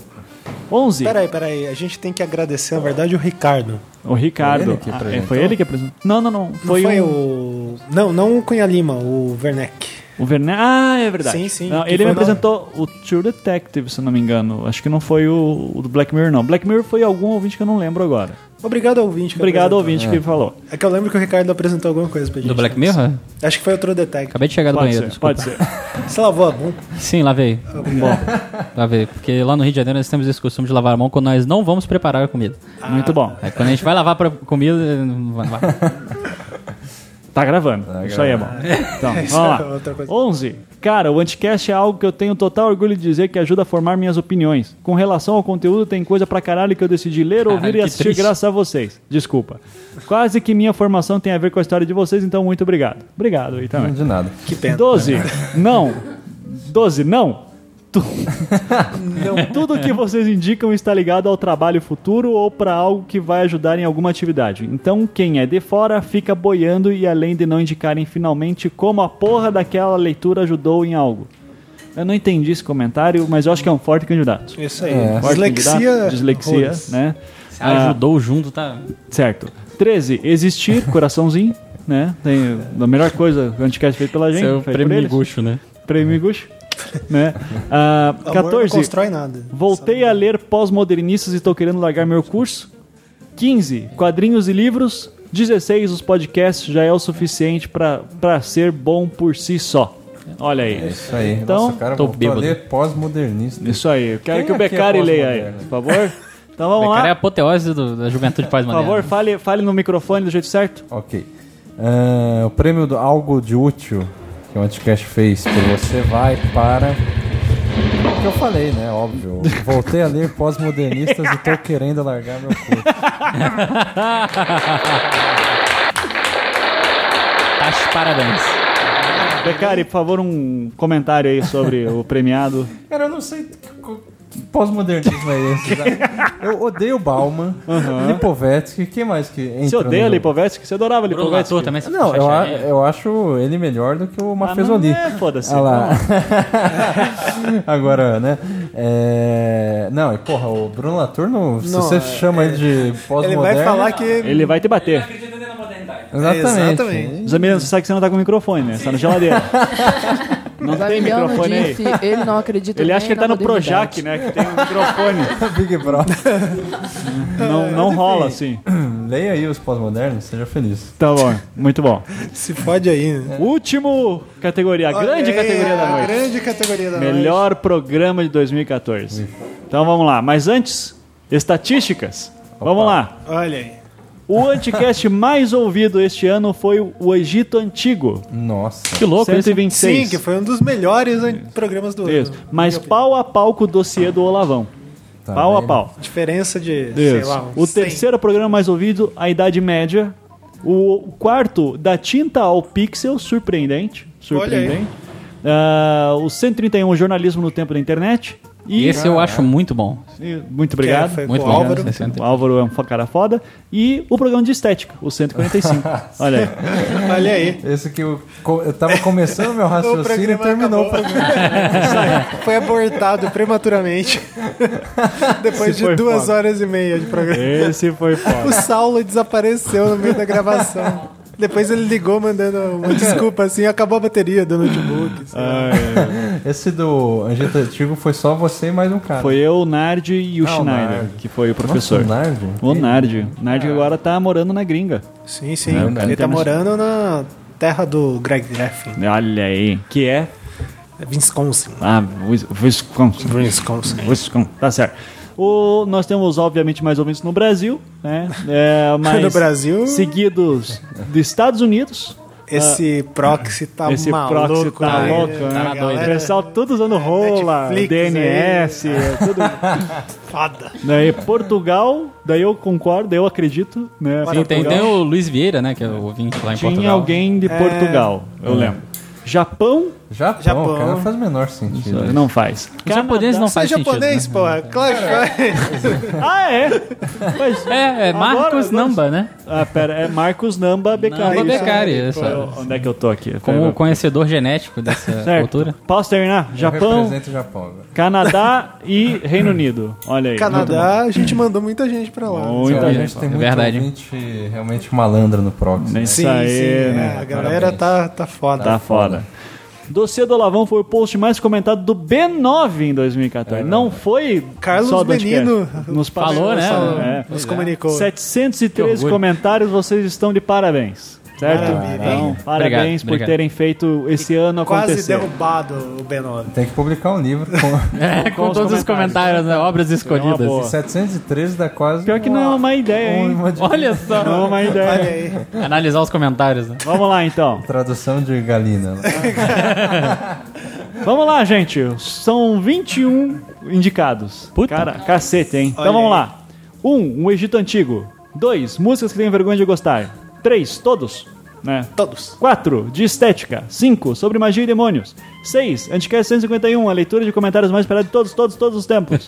11. Peraí, peraí. A gente tem que agradecer, na verdade, o Ricardo. O Ricardo. Foi ele Ah, que é, apresentou? foi ele que apresentou? Não, não, não. Não foi, Foi, o, o... Não, não o Cunha Lima, o Werneck. o Werner. Ah, é verdade. Sim, sim, Não, que ele foi me na- apresentou o True Detective, se eu não me engano. Acho que não foi o, o do Black Mirror, não. Black Mirror foi algum ouvinte que eu não lembro agora. Obrigado ao ouvinte. que Obrigado, apresentou. ouvinte, que falou. É que eu lembro que o Ricardo apresentou alguma coisa pra gente. Do Black né? Mirror? Acho que foi o True Detective. Acabei de chegar do Pode banheiro. ser, pode ser. Você lavou a bunda? Sim, lavei. Bom. Lavei. Porque lá no Rio de Janeiro nós temos esse costume de lavar a mão quando nós não vamos preparar a comida. Muito bom. Aí quando a gente vai lavar pra comida. não vai- vai. Tá gravando. Isso aí é bom. Então, vamos é outra lá. coisa. 11. Cara, o Anticast é algo que eu tenho total orgulho de dizer que ajuda a formar minhas opiniões. Com relação ao conteúdo, tem coisa pra caralho que eu decidi ler, ouvir Caralho, e que assistir triste. graças a vocês. Desculpa. Quase que minha formação tem a ver com a história de vocês, então muito obrigado. Obrigado aí também. De nada. Que pena. 12. Não. 12. Não. Tu- Tudo que vocês indicam está ligado ao trabalho futuro ou para algo que vai ajudar em alguma atividade. Então, quem é de fora fica boiando e além de não indicarem finalmente como a porra daquela leitura ajudou em algo. Eu não entendi esse comentário, mas eu acho que é um forte candidato. Isso aí. Forte Dislexia. candidato, dislexia, horrores. né? Se ajudou junto, tá? Certo. 13. Existir, coraçãozinho, né? Tem a melhor coisa que o Anticast fez pela gente. Seu feito por prêmio eles. miguxo, né? Prêmio Gush. Né? Ah, Amor não 14. constrói nada. Voltei a ler pós-modernistas e estou querendo largar meu curso. 15. Quadrinhos e livros. 16. Os podcasts já é o suficiente para ser bom por si só. Olha aí. É isso aí. Então, Nossa, cara, tô voltou bêbado. a ler pós-modernista. Isso aí. Eu quero Quem que o aqui é Beccari leia aí, pós-moderno? por favor. Então vamos Cara, é a lá. apoteose do- da juventude paz Por favor, fale, fale no microfone do jeito certo. Ok. Ah, o prêmio do Algo de Útil que o Anticast fez por você vai para. O que eu falei, né? Óbvio. Voltei a ler pós-modernistas e tô querendo largar meu corpo. Tá de parabéns. Beccari, por favor, um comentário aí sobre o premiado. Cara, eu não sei que co- pós-modernismo é esse. sabe? Eu odeio Bauman, Lipovetsky, quem mais que entra Você odeia no jogo? Lipovetsky? Você adorava Bruno Lipovetsky? Latour também. é se Não, eu, a- chateia. eu acho ele melhor do que o Ah, não Mafezoli. é, foda-se. Ah lá. Agora, né? É... Não, e porra, o Bruno Latour, não... se Não, você é- chama ele de Ele pós-moderno... vai falar que. Ele vai te bater. Exatamente. Exatamente. Zamira, você sabe que você não tá com o microfone, né? Você tá na geladeira. Não tem Zamiliano microfone aí. disse, ele não acredita Ele nem acha que ele tá na no Projac, modernidade. né? Que tem um microfone. Big Brother. Não, não rola assim. Leia aí os pós-modernos, seja feliz. Tá bom, muito bom. Se fode aí, né? Último categoria, a grande Olha aí, categoria da a noite. Grande categoria da noite. Melhor programa de 2014. Então vamos lá. Mas antes, estatísticas. Vamos lá. Olha aí. O anticast mais ouvido este ano foi o Egito Antigo. Nossa. Que louco isso. 126. Sim, que foi um dos melhores an- programas do Isso. ano. Mas pau a pau com o dossiê do Olavão. Tá pau a vendo? pau. Diferença de, sei Isso. lá, uns o 100. terceiro programa mais ouvido, a Idade Média. O quarto, da tinta ao pixel, surpreendente. Surpreendente. Ah, o 131, o jornalismo no tempo da internet. E E, esse eu acho muito bom. e- muito Que é, obrigado. foi Muito com o bom. Álvaro. Esse O Álvaro é um fo- cara foda. E o programa de estética, o 145. Olha aí. Olha aí. Esse que eu, co- eu tava começando meu raciocínio e programa terminou acabou. o programa. Foi abortado prematuramente. Depois Esse foi de duas foda. horas e meia de programa. Esse foi O foda. Saulo desapareceu no meio da gravação. Depois ele ligou mandando É. uma desculpa assim, acabou a bateria do Ah. notebook. sei lá. Esse do Anjeta Antigo foi só você e mais um cara. Foi eu, o Nardi e o Ah, o Schneider, Nardi. que foi o Nossa, professor. o Nardi. O Nardi. O É. Nardi agora tá morando na gringa. Sim, sim. o cara ele tá internacional. morando na terra do Greg Graffin, Olha aí. Que é Wisconsin. Ah, Wis- Wisconsin. Wisconsin. Wisconsin. Tá certo. O, nós temos, obviamente, mais ouvintes no Brasil, né? É, mas No Brasil? Seguidos dos Estados Unidos. Esse Ah. proxy tá Esse maluco. proxy tá né? louco, né? A O galera pessoal tudo usando rola, Netflix, DNS, é, tudo. Foda. Daí Portugal, daí eu concordo, eu acredito, né? Sim, tem, Portugal. tem o Luiz Vieira, né? Que é o ouvinte lá em Tinha Portugal. É. alguém de Portugal, eu lembro. Japão, Japão, Japão. cara, não faz o menor sentido. não faz. Os japoneses não Sai faz sentido. é japonês, né? porra. Claro que vai. Ah, é? Mas, É, é Marcos agora- Namba, né? Ah, pera, é Marcos Namba Becari. Namba Beccari, Pô, é só. eu- Onde é que eu tô aqui? Como Pera, conhecedor genético dessa certo. cultura. Posso terminar? Eu Japão, represento o Japão agora. Canadá e Reino Unido. Olha aí. Canadá, a gente mandou muita gente pra lá. Muito Cara, bom. a Muita gente gente. tem É muito verdade. ouvinte realmente malandro no proxy. Isso Sim, aí, sim. né? é, a galera tá, tá foda. Tá foda. Dossiê do Lavão foi o post mais comentado do B9 em 2014. Não foi Carlos só do Menino Anticast. Nos Falou, né? passou, É. Nos comunicou. 713 comentários, vocês estão de parabéns. Certo? Então, parabéns Obrigado, por obrigado. terem feito esse ano Quase acontecer. derrubado o B9. Tem que publicar um livro com É, com, os todos os comentários, né? Obras É Então, uma escolhidas. boa. 713 dá quase. Pior que não é uma má ideia, hein? uma de- Olha só. Não é uma má Olha ideia. aí. Analisar os comentários, né? Vamos lá, então. tradução de Galina. Vamos lá, gente. São 21 indicados. Puta. Cara, cacete, hein? Olha então vamos aí. lá. 1. Um, um Egito Antigo. 2. Músicas que tenho vergonha de gostar. 3. Todos. Né? Todos. 4. De estética. 5. Sobre magia e demônios. 6. Anticast 151. A leitura de comentários mais esperada de todos, todos, todos os tempos.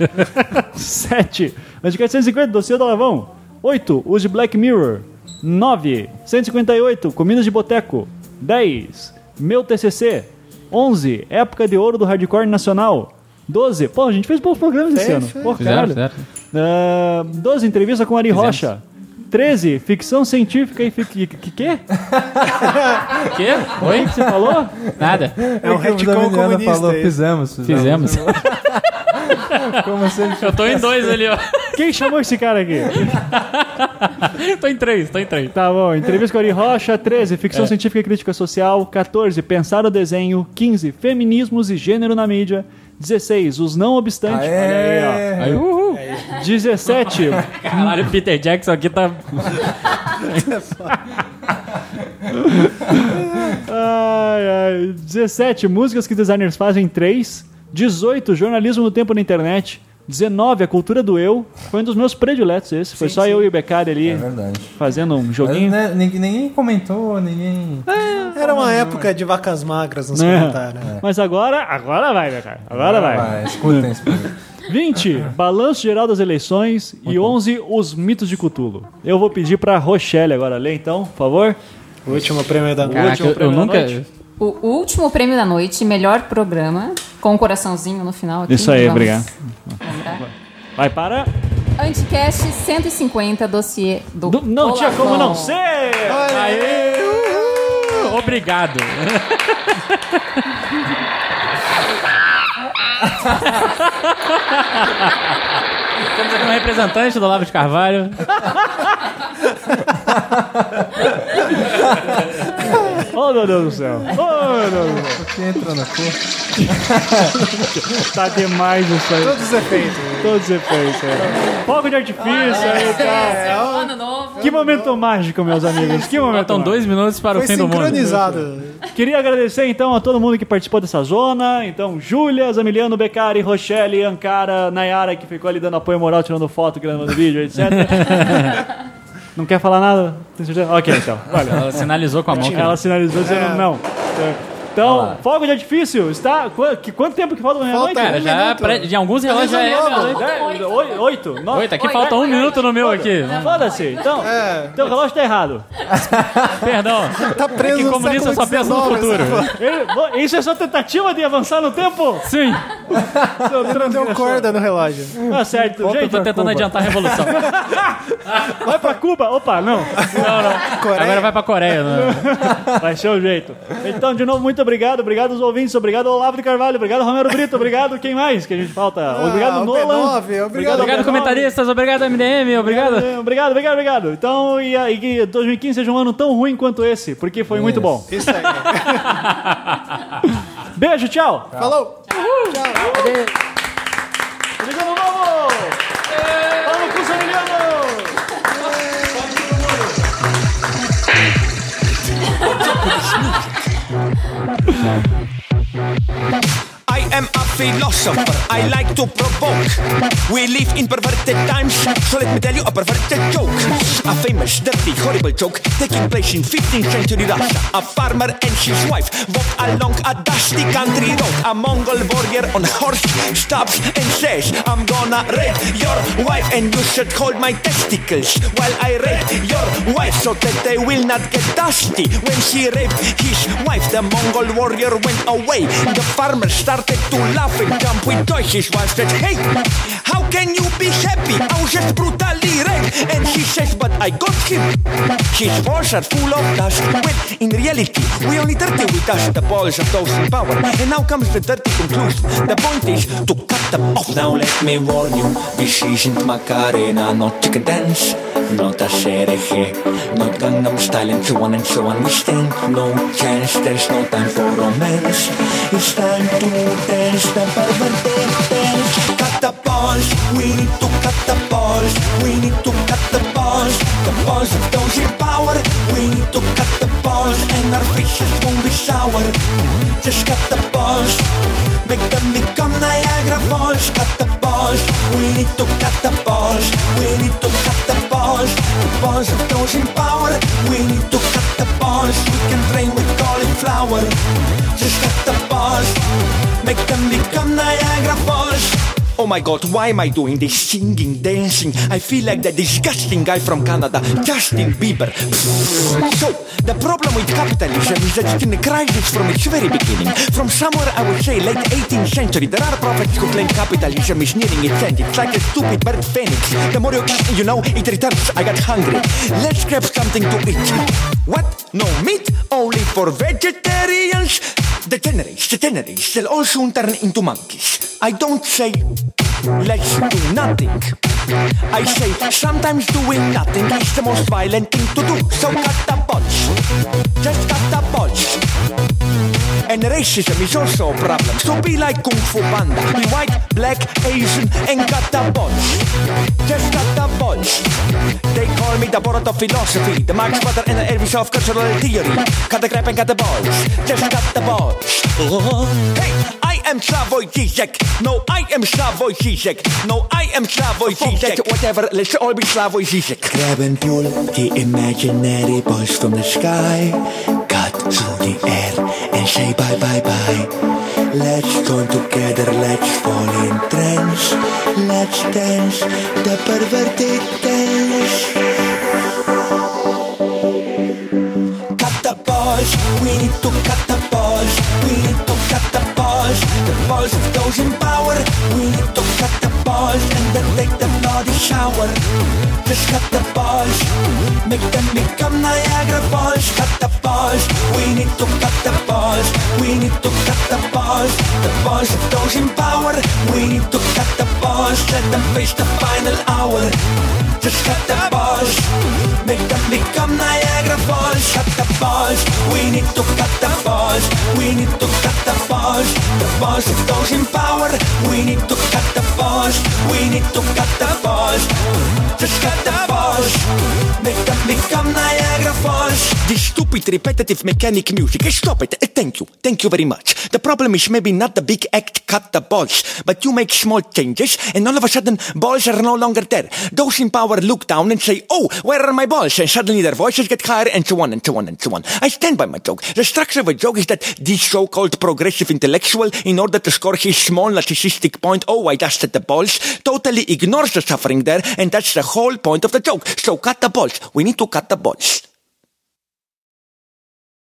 7. Anticast 150. Dossiê do Alavão. 8. Os de Black Mirror. 9. 158. Comidas de Boteco. 10. Meu TCC. 11. Época de Ouro do Hardcore Nacional. 12. Pô, a gente fez poucos programas esse ano. Pô, Fizeram, caralho. fizeram. Ah, 12, entrevista com Ari Rocha. 13, ficção científica e fic... que, que, que? Quê? Oi? Você falou? Nada. É um retcon comunista. falou, aí. fizemos, fizemos. Fizemos. Como se ele Eu tô em dois ali, ó. Quem chamou esse cara aqui? Tô em três, tô em três. Tá bom, entrevista com Ari Rocha. 13, ficção científica e crítica social. 14, pensar o desenho. 15, feminismos e gênero na mídia. 16, os não obstantes. Olha aí, Ah, É, Aí, uhul. ó. 17, Caralho, o Peter Jackson aqui tá. Ai, ai. 17, músicas que designers fazem 3. 18, jornalismo no tempo na internet. 19, a cultura do eu. Foi um dos meus prediletos esse. Foi só eu e o Becari ali é verdade. fazendo um Mas, joguinho. né, ninguém, ninguém comentou, ninguém. Ah, Era uma época de vacas magras nos É. comentários. né? Mas agora, agora vai, Becari. Agora vai. Ah, escutem esse programa. 20, balanço geral das eleições. e 11, os mitos de Cutulo. Eu vou pedir pra Rochelle agora ler, então, por favor. O último prêmio da Caraca, último eu, eu prêmio da nunca. noite. O último prêmio da noite, melhor programa, com um coraçãozinho no final. Aqui, Isso aí, Vamos obrigado. lembrar. Vai para. Anticast 150, dossiê do. Do- Não tinha Olavo. como não ser! Aê! Uhul. Obrigado. Temos aqui um representante do Olavo de Carvalho. Oh, meu Deus do céu! Oh, meu Deus do céu! Você entra na cor. Tá demais isso aí. Todos os efeitos. Ah, é. Todos os efeitos. é. Fogo de artifício. aí, cara. Ano novo. Que momento mágico, meus amigos. Que momento Faltam mágico. dois minutos para Foi o fim do mundo. sincronizado. Queria agradecer, então, a todo mundo que participou dessa zona. Então, Júlia, Zamiliano, Becari, Rochelle, Ancara, Nayara, que ficou ali dando apoio moral, tirando foto, gravando vídeo, etc. Não quer falar nada? Tem certeza? Ok, então. Olha. Ela sinalizou com a mão. que Ela sinalizou É. dizendo não. Então, fogo de artifício está. qu- que- Quanto tempo que falta pra meia-noite? Cara, é, já pra, de alguns relógios já é. meia-noite. Dez, oi- Oito? nove- Oito, aqui É. falta um minuto no meu aqui. Foda-se. Então, então, o relógio tá errado. Perdão. Tá preso É que no comunista século só pensa no 19, futuro. essa porra. Ele- vo- isso é só tentativa de avançar no tempo? Sim, Não deu corda no relógio. Tá certo. eu tô Gente, tentando adiantar a revolução. vai pra Cuba. Opa, não. Não, não. Agora vai pra Coreia. Né? Vai ser o jeito. Então, de novo, muito obrigado. Obrigado aos ouvintes. Obrigado ao Olavo de Carvalho. Obrigado, Romero Brito. Obrigado. Quem mais que a gente falta? Obrigado, o Nolan. B9, obrigado, Obrigado, B9. comentaristas. Obrigado, MDM. Obrigado. Obrigado, obrigado, obrigado. Então, e, aí que 2015 seja um ano tão ruim quanto esse, porque foi muito bom. Isso aí. Beijo, tchau. Falou. Feliz ano novo! I am a philosopher. I like to provoke. We live in perverted times, so let me tell you a perverted joke. A famous, dirty, horrible joke taking place in 15th century Russia. A farmer and his wife walk along a dusty country road. A Mongol warrior on horse stops and says, I'm gonna rape your wife, and you should hold my testicles while I rape your wife so that they will not get dusty. When she raped his wife, the Mongol warrior went away. The farmer started to laugh and jump with joy. His wife said, Hey, how can you be happy? I was just brutally raped. And he says, But I got him. His balls are full of dust. Well, in reality, we only dirty with dust the balls of those in power. And now comes the dirty conclusion. The point is to cut them off. Now let me warn you, this isn't Macarena, not chicken dance. Not a serege, not Gangnam Style and so on and so on We stand no chance, there's no time for romance It's time to dance, the perverted dance Cut the balls, we need to cut the balls We need to cut the balls The balls of those in power We need to cut the balls And our fishes won't be sour Just cut the balls Make them become Niagara Falls Cut the balls, we need to cut the balls We need to cut the balls The balls of those in power We need to cut the balls We can drain with cauliflower Just cut the balls Make them become Niagara Falls Oh my god, why am I doing this? Singing, dancing. I feel like that disgusting guy from Canada, Justin Bieber. So, the problem with capitalism is that it's in a crisis from its very beginning. From somewhere, I would say, late 18th century, there are prophets who claim capitalism is nearing its end. It's like a stupid bird phoenix. The more you, you know, it returns. I got hungry. Let's grab something to eat. What? No meat? Only for vegetarians? Degenerates, degenerates, they'll all soon turn into monkeys. I don't say let's do nothing. I say sometimes doing nothing is the most violent thing to do. So cut the balls, just cut the balls. And racism is also a problem. So be like Kung Fu Panda, be white, black, Asian, and cut the balls. Just cut the balls. They call me the Borat of philosophy, the Max Butter and the Elvis of cultural theory. Cut the crap and cut the balls. Just cut the balls. Hey, I am Slavoj Žižek. No, I am Slavoj Žižek. No, I am Slavoj Žižek. Whatever, let's all be Slavoj Žižek. Grab and pull the imaginary balls from the sky. Cut through the air and say bye bye bye. Let's join together, let's fall in trance. Let's dance the perverted dance. Cut the balls, we need to cut the balls, we need to cut the balls, the balls of those in power. We need to cut the balls and then take the bloody shower. Just cut the balls, make them become Niagara balls. Cut the balls, we need to cut the balls, we need to cut the balls, the balls of those in power. We need to cut the balls, let them face the final hour. Just cut the balls, make them become Niagara balls. Cut the balls, we need to cut the balls, we need to cut the balls, the balls of those in power. We need to cut the balls, we need to cut the balls, just cut the balls, make them become Niagara Falls. This stupid repetitive mechanic music, eh, stop it. eh, Thank you, thank you very much. The problem is maybe not the big act cut the balls, but you make small changes and all of a sudden balls are no longer there. Those in power look down and say, oh, where are my balls? And suddenly their voices get higher and so on and so on and so on. I stand by my joke. The structure of a joke is that this so-called progressive intellectual, in order to score his small narcissistic point, oh, I dusted the balls, totally ignores the suffering there and that's the whole point of the joke. So cut the balls. We need to cut the balls.